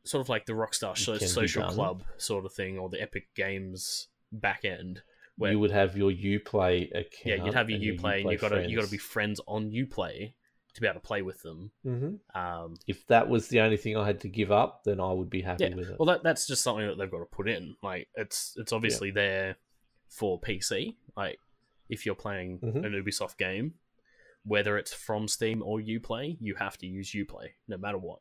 F: sort of like the Rockstar so-
C: can be
F: social
C: done.
F: club sort of thing or the Epic Games back end where
C: You would have your UPlay account.
F: yeah you'd have your
C: and
F: UPlay and
C: Uplay
F: you got to you got to be
C: friends.
F: friends on UPlay to be able to play with them.
C: Mhm.
F: Um,
C: If that was the only thing I had to give up, then I would be happy
F: yeah.
C: with it.
F: Well, that that's just something that they've got to put in. Like it's it's obviously there for PC. Like if you're playing
C: Mhm.
F: an Ubisoft game, whether it's from Steam or UPlay, you have to use UPlay no matter what.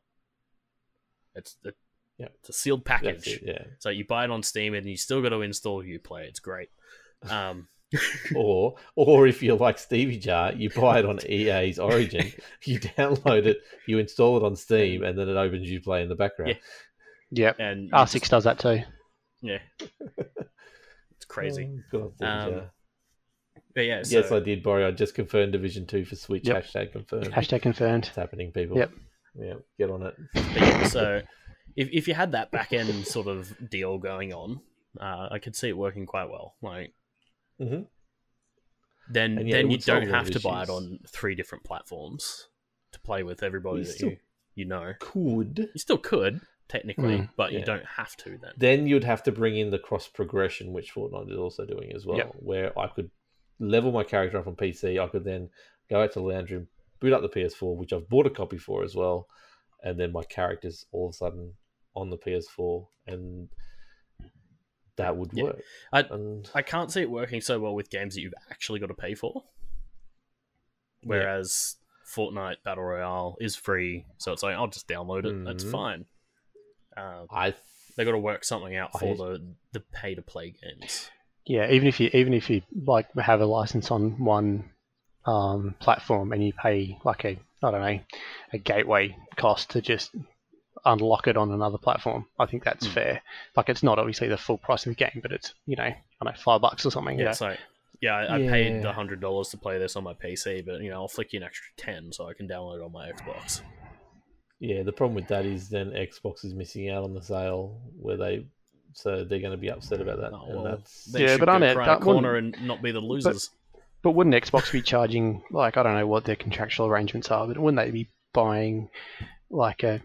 F: It's it,
C: Yeah.
F: it's a sealed
C: That's
F: package.
C: it, yeah.
F: So you buy it on Steam and you still got to install UPlay. It's great. Um,
C: or or if you're like Stevie Jar, you buy it on EA's Origin, you download it, you install it on Steam, and then it opens UPlay in the background.
D: Yep.
F: and you
D: R6
F: just-
D: does that too.
F: yeah, it's crazy.
C: Oh, God, Stevie
F: Um,
C: Jar.
F: But yeah, so,
C: yes, I did, Bori. I just confirmed Division Two for Switch.
D: Yep.
C: Hashtag confirmed.
D: Hashtag confirmed.
C: It's happening, people.
D: Yep.
C: Yeah, get on it.
F: But yeah, so if, if you had that back end sort of deal going on, uh, I could see it working quite well. Like
C: Mhm.
F: then
C: And yeah, it
F: then you
C: would solve
F: don't
C: a lot
F: have
C: of
F: to buy it
C: issues.
F: on three different platforms to play with everybody
C: You
F: that
C: still-
F: you you know.
C: Could
F: You still could technically,
D: Mm.
F: but
C: Hmm, Yeah.
F: you don't have to then.
C: then you'd have to bring in the cross progression, which Fortnite is also doing as well,
D: Yep.
C: where I could level my character up on PC. I could then go out to the lounge room, boot up the PS4, which I've bought a copy for as well, and then my character's all of a sudden on the PS4, and that would
F: Yeah.
C: work.
F: I-
C: and
F: I can't see it working so well with games that you've actually got to pay for. Whereas Fortnite Battle Royale is free, so it's like I'll just download it. That's
C: Mhm.
F: fine. Um,
C: I
F: they got to work something out
C: I-
F: for the the pay to play games.
D: Yeah, even if you even if you like have a license on one um, platform and you pay like a I don't know a gateway cost to just unlock it on another platform, I think that's
C: Hmm.
D: fair. Like it's not obviously the full price of the game, but it's you know I don't know five bucks or something.
F: Yeah,
D: Yeah,
F: it's like yeah, I, I paid
C: Yeah.
F: the hundred dollars to play this on my PC, but you know I'll flick you an extra ten so I can download it on my Xbox.
C: Yeah, the problem with that is then Xbox is missing out on the sale where they so they're going to be upset about that.
F: Oh,
C: and
F: well,
C: that's-
F: They
D: Yeah,
F: should
D: but
F: go
D: on it,
F: around
D: that
F: the corner and not be the losers.
D: But wouldn't Xbox be charging like I don't know what their contractual arrangements are, but wouldn't they be buying like a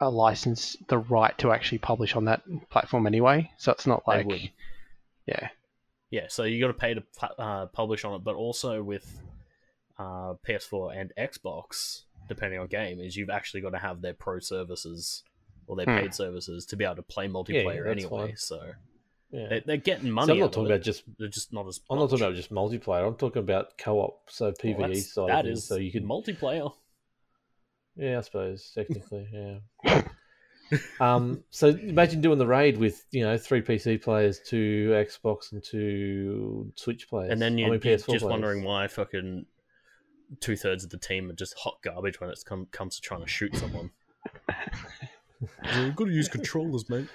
D: a license, the right to actually publish on that platform anyway? So it's not
F: They
D: like
F: would.
D: yeah,
F: yeah, so you got to pay to pu- uh, publish on it, but also with uh, PS4 and Xbox, depending on game, is you've actually got to have their pro services or their
D: Hmm.
F: paid services to be able to play
C: yeah,
F: multiplayer
C: that's
F: anyway.
C: fine.
F: So
C: Yeah.
F: They, they're getting
C: So
F: money.
C: I'm
F: out
C: not
F: of
C: talking
F: it.
C: about just.
F: They're just not as.
C: I'm not talking about just multiplayer. I'm talking about co-op, so PVE E side. of
F: Oh, That
C: things,
F: is
C: so you could.
F: multiplayer.
C: Yeah, I suppose technically, yeah. um, so imagine doing the raid with you know three PC players, two Xbox, and two Switch players,
F: And then
C: I
F: you,
C: mean,
F: you're
C: PS4
F: just
C: players.
F: wondering why fucking two thirds of the team are just hot garbage when it come, comes to trying to shoot someone. You've got to use controllers, mate.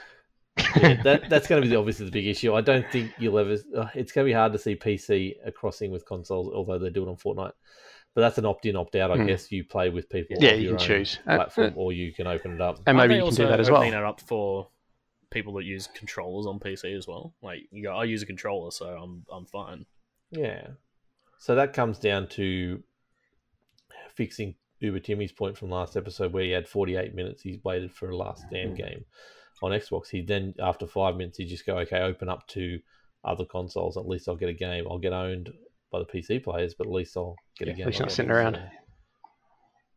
C: Yeah, that that's going to be the, obviously the big issue. I don't think you'll ever. Uh, it's going to be hard to see PC a crossing with consoles, although they do it on Fortnite. But that's an opt-in, opt-out. I
D: Hmm.
C: guess you play with people.
D: Yeah,
C: of
D: you
C: your
D: can
C: own
D: choose. Uh,
C: platform, or you can open it up.
D: And
F: Aren't
D: maybe
F: they
D: you can do
F: also
D: that as well.
F: Opening that up for people that use controllers on PC as well. Like you go, I use a controller, so I'm I'm fine.
C: Yeah. So that comes down to fixing Uber Timmy's point from last episode where he had 48 minutes he's waited for a last
D: Mm.
C: stand game on Xbox. He then, after five minutes, he just go, okay, open up to other consoles. At least I'll get a game. I'll get owned by the PC players, but at least I'll get a
D: Yeah, at
C: game.
D: least
C: on
D: not
C: it.
D: sitting around.
C: So,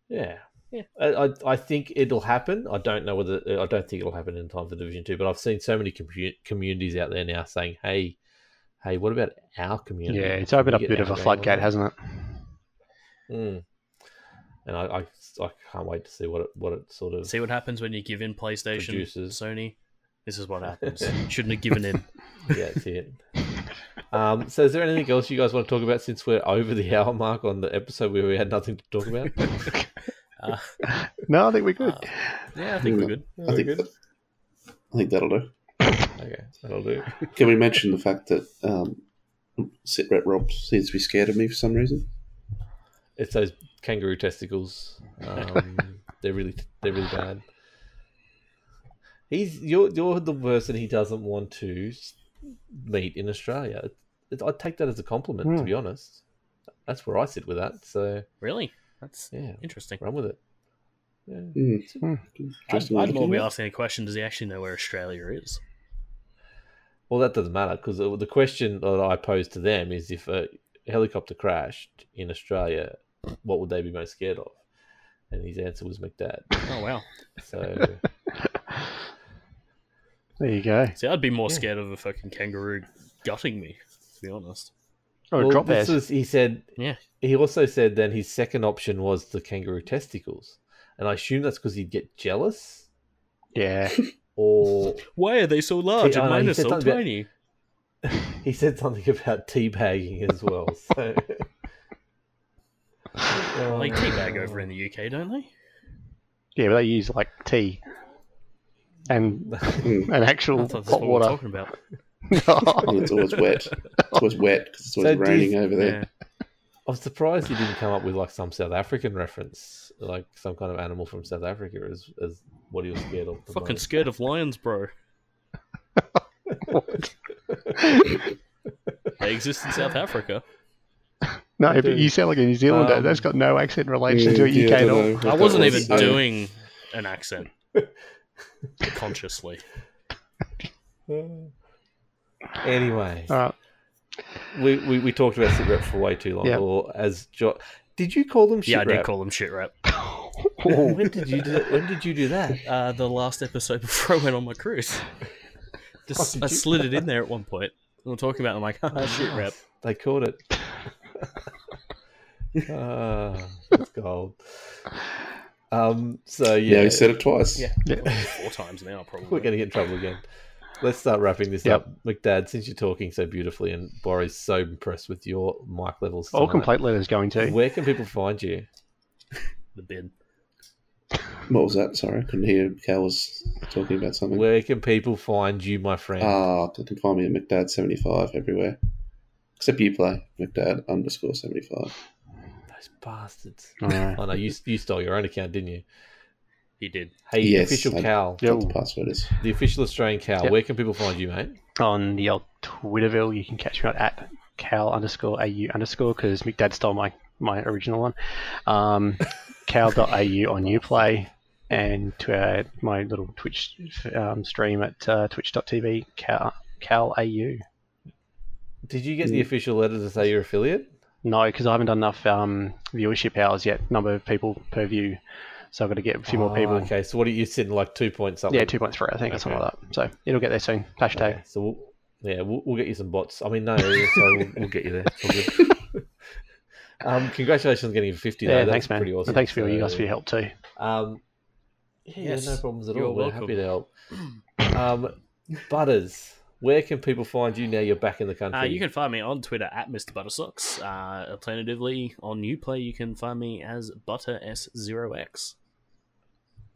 C: Yeah.
F: Yeah.
C: I, I, I think it'll happen. I don't know whether I don't think it'll happen in time for Division Two, but I've seen so many commu- communities out there now saying, "Hey, hey, what about our community?"
D: Yeah, it's opened
C: We
D: up a
C: get
D: bit of
C: our
D: a
C: game on
D: floodgate,
C: it."
D: hasn't it?
C: Mm. Hmm. And I, I, I can't wait to see what it, what it sort of.
F: See what happens when you give in PlayStation,
C: Producers.
F: Sony. This is what happens. Shouldn't have given in.
C: Yeah, that's it. um, so, is there anything else you guys want to talk about since we're over the hour mark on the episode where we had nothing to talk about?
F: Uh,
D: No, I think we're good.
F: Uh, yeah, I think we're good.
E: I think, I think that'll do.
C: Okay, that'll do.
E: Can we mention the fact that um, Sitrat Rob seems to be scared of me for some reason?
C: It's those kangaroo testicles. Um, they're really they're really bad. He's you're you're the person he doesn't want to s- meet in Australia. It, I take that as a compliment, to
D: Hmm.
C: be honest. That's where I sit with that. So
F: Really? That's
C: yeah,
F: interesting.
C: run with it. Yeah.
E: Hmm.
D: Hmm.
F: I'd,
E: Interesting way
F: I'd
E: to
F: more
E: do
F: be
E: it.
F: asking a question. Does he actually know where Australia is?
C: Well, that doesn't matter because the question that I posed to them is if a helicopter crashed in Australia, what would they be most scared of? And his answer was McDad.
F: Oh wow.
C: So
D: There you go.
F: See, I'd be more
C: Yeah.
F: scared of a fucking kangaroo gutting me. To be honest.
D: Or
C: well,
D: a Oh, drop
C: this
D: bears.
C: was, he said.
F: Yeah.
C: He also said then his second option was the kangaroo testicles, and I assume that's because he'd get jealous
D: Yeah.
C: or
F: Why are they so large
C: Yeah, I
F: and
C: know,
F: mine
C: he
F: are
C: said
F: so
C: something about-
F: tiny?
C: he said something about teabagging as well. So.
F: Well, they
C: Um,
F: teabag over in the UK, don't they?
D: Yeah, but they use like tea and an
F: I
D: actual
F: thought that's
D: hot
F: what we were
D: water.
F: talking about.
E: And it's always wet. It's always wet because it's
C: So
E: always
C: do you-
E: raining over there.
F: Yeah.
C: I'm surprised he didn't come up with like some South African reference, like some kind of animal from South Africa, as as what he was scared of. the
F: Fucking
C: most.
F: scared of lions, bro. They exist in South Africa.
D: no, but
C: Dude.
D: you sound like a New Zealander.
C: Um,
D: That's got no accent relation
E: Yeah,
D: to a UK
E: yeah,
D: at all.
E: dunno.
F: I wasn't
E: thought it
F: even
E: was- I-
F: doing an accent consciously.
C: Anyway,
D: All right.
C: we, we we talked about sit rep for way too long.
D: Yeah.
C: Or as jo- did you call them? Shit
F: Yeah, I did
C: rep?
F: call them shit rap.
C: when did you do that? When did you do that?
F: Uh, the last episode before I went on my cruise, just I slid it in there at one point. We were talking about. It, I'm like, haha, shit rap.
C: They caught it. Ah, that's gold. Um. So
E: Yeah,
C: yeah,
E: he said it twice.
F: Yeah.
D: Yeah.
F: Four times now,
C: We're
F: probably.
C: going to get in trouble again. Let's start wrapping this
D: Yep.
C: up, McDad. Since you're talking so beautifully, and Bori's so impressed with your mic levels,
D: All eh?
C: tonight,
D: complaint letters going to.
C: Where can people find you?
F: the bin.
E: What was that? Sorry, I couldn't hear. Cal was talking about something.
C: Where can people find you, my friend?
E: Ah, you can find me at McDad75 everywhere. Except you play, McDad underscore 75.
C: Those bastards.
D: All right.
C: I know you you stole your own account, didn't you?
F: He did.
C: Hey,
E: Yes,
C: official
E: I-
C: cow,
E: That's what
D: Yo.
E: the password is.
C: the official Australian cow.
D: Yep.
C: Where can people find you, mate?
D: On the old Twitterville, you can catch me on at cal underscore au underscore because McDad stole my, my original one. Um, cal.au on Uplay and to, uh, my little Twitch um, stream at uh, twitch.tv cal, cal au.
C: Did you get the
E: Mm.
C: official letter to say you're affiliate?
D: No, because I haven't done enough um, viewership hours yet, number of people per view. So I've got to get a few
C: Ah,
D: more people.
C: Okay, so what are you sitting like two point something?
D: Yeah, 2.3, I think, or something
C: Okay.
D: like that. So it'll get there soon. Hashtag.
C: Okay, so we'll, Yeah, we'll, we'll get you some bots. I mean, no, so we'll, we'll get you there. It's all good. um, congratulations on getting 50 though.
D: Yeah,
C: That's
D: thanks, man.
C: pretty awesome.
D: And thanks for all you guys
C: So,
D: for your help too.
C: Um, yeah, yeah,
F: Yes,
C: no problems at
F: you're
C: all. We're
F: welcome.
C: happy to help. Um, Butters, where can people find you now you're back in the country?
F: Uh, you can find me on Twitter at Mr. Buttersocks. Uh, alternatively, on Uplay, you can find me as ButterS0X.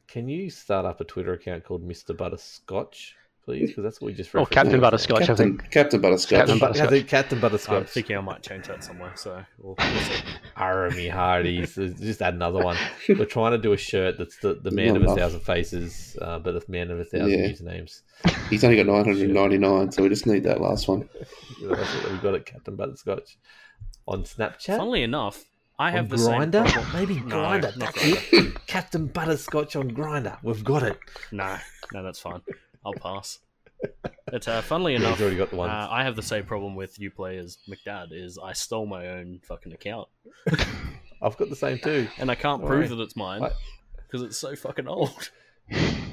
C: Can you start up a Twitter account called Mr. Butterscotch, please? Because that's what we
F: Oh,
C: just
D: Or
C: referenced.
D: Captain Butterscotch, I
E: Captain,
D: think.
E: Captain Butterscotch.
D: Captain
C: I
D: Butterscotch.
C: think Captain
F: I'm
C: Butterscotch.
F: thinking I might change that somewhere, so we'll, we'll see.
C: Army Hardy. So E just add another one. We're trying to do a shirt that's the, the man
E: Not
C: of a
E: enough.
C: thousand faces, uh, but a man of a thousand
E: Yeah.
C: usernames.
E: He's only got 999, so we just need that last one.
C: That's what we've got at Captain Butterscotch on Snapchat.
F: Funnily enough, I have
C: on
F: the
C: Grinder,
F: same problem.
C: maybe
F: No,
C: Grinder.
F: not
C: That's
F: Grindr.
C: it. Captain Butterscotch on Grinder. We've got it.
F: No, no, that's fine. I'll pass. But uh, funnily
C: Yeah,
F: enough,
C: he's already got the one.
F: Uh, I have the same problem with Uplay as McDad is I stole my own fucking account
C: I've got the same too.
F: and I can't
C: Why?
F: prove that it's mine
C: Why?
F: because it's so fucking old.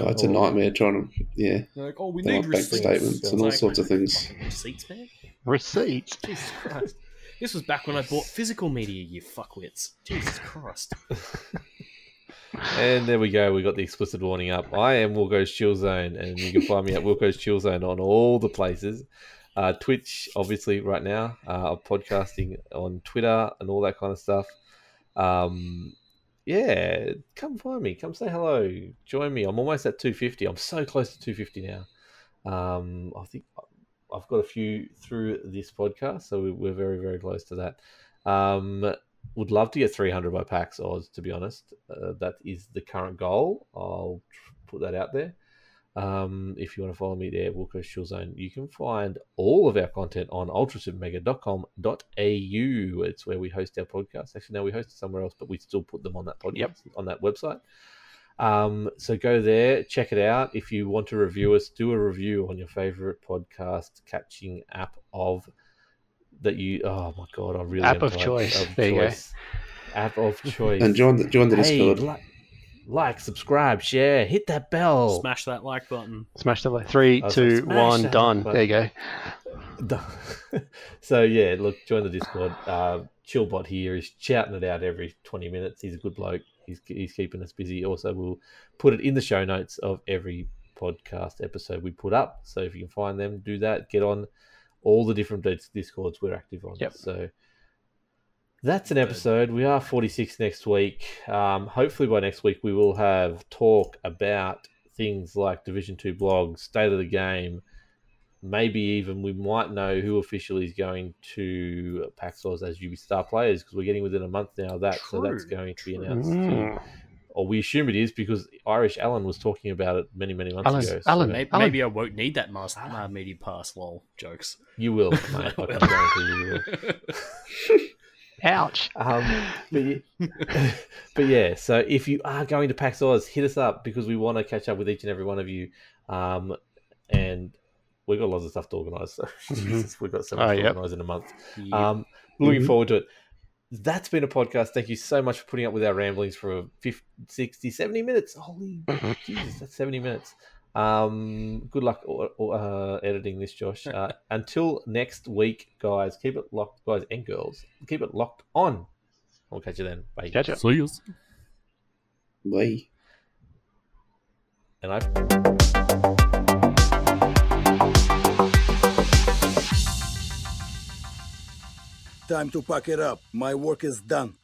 E: Oh, it's a
C: Oh.
E: nightmare trying to, yeah,
F: They're like, oh, we
E: They
F: need
E: want bank
F: receipts.
E: statements
F: It's
E: and all
F: like,
E: sorts of things.
F: "Fucking Receipts, man.
D: Receipts.
F: Jesus Christ. This was back when I bought physical media, you fuckwits. Jesus Christ.
C: And there we go. We got the explicit warning up. I am Wilco's Chill Zone, and you can find me at Wilco's Chill Zone on all the places. Uh, Twitch, obviously, right now. Uh, I'm podcasting on Twitter and all that kind of stuff. Um, yeah, come find me. Come say hello. Join me. I'm almost at 250. I'm so close to 250 now. Um, I think I've got a few through this podcast, so we- we're very, very close to that. Um, would love to get 300 by Pax Oz, to be honest. Uh, that is the current goal. I'll tr- put that out there. Um, if you want to follow me there, Wilco Shield Zone, you can find all of our content on ultrasupermega.com.au. It's where we host our podcasts. Actually, no, we host it somewhere else, but we still put them on that podcast,
D: Yep.
C: on that website. Um, so go there, check it out. If you want to review us, do a review on your favorite podcast catching app of that you. Oh my god, I really
D: App
C: am
D: of
C: tired.
D: choice. There you go.
C: App of choice.
E: And join the, join the
C: hey,
E: Discord.
C: like, like, subscribe, share, hit that
E: Oh.
C: bell.
F: Smash that like button.
D: Smash the like. Three,
C: Oh,
D: two,
C: smash
D: one,
C: that
D: done.
C: button.
D: There you go.
C: so yeah, look, join the Discord. Uh, Chillbot here is shouting it out every twenty minutes. He's a good bloke. He's he's keeping us busy. Also, we'll put it in the show notes of every podcast episode we put up. So if you can find them, do that. Get on all the different dis- discords we're active on.
D: Yep.
C: So that's an episode. We are forty six next week. Um, hopefully by next week we will have talk about things like Division Two blogs, state of the game maybe even we might know who officially is going to Paxos as UB Star players because we're getting within a month now of that, so that's
F: True,
C: going to be
F: true.
C: announced. soon.
D: Mm.
C: Or we assume it is because Irish Alan was talking about it many, many months
D: Alan-
C: ago.
D: Alan-
F: Maybe,
D: Alan-
F: maybe I won't need that master uh, media pass. Lol, jokes.
C: you will, mate. I can guarantee you will.
D: Ouch.
C: Um, but, ye- but yeah, so if you are going to PAX Oz, hit us up because we want to catch up with each and every one of you. Um, and we've got lots of stuff to organise. So Jesus, we've got so much
D: Mm-hmm. Oh,
C: to
D: yep.
C: organise in a month.
F: Yeah.
C: Um, looking
E: Mhm.
C: forward to it. That's been a podcast. Thank you so much for putting up with our ramblings for 50, 60, 70 minutes. Holy Jesus, that's 70 minutes. Um, good luck or, or, uh, editing this, Josh. Uh, until next week, guys, keep it locked, guys and girls, keep it locked on. We'll catch you then. Bye.
D: Catch it.
F: See yous.
E: Wee.
C: And I
H: Time to pack it up. My work is done.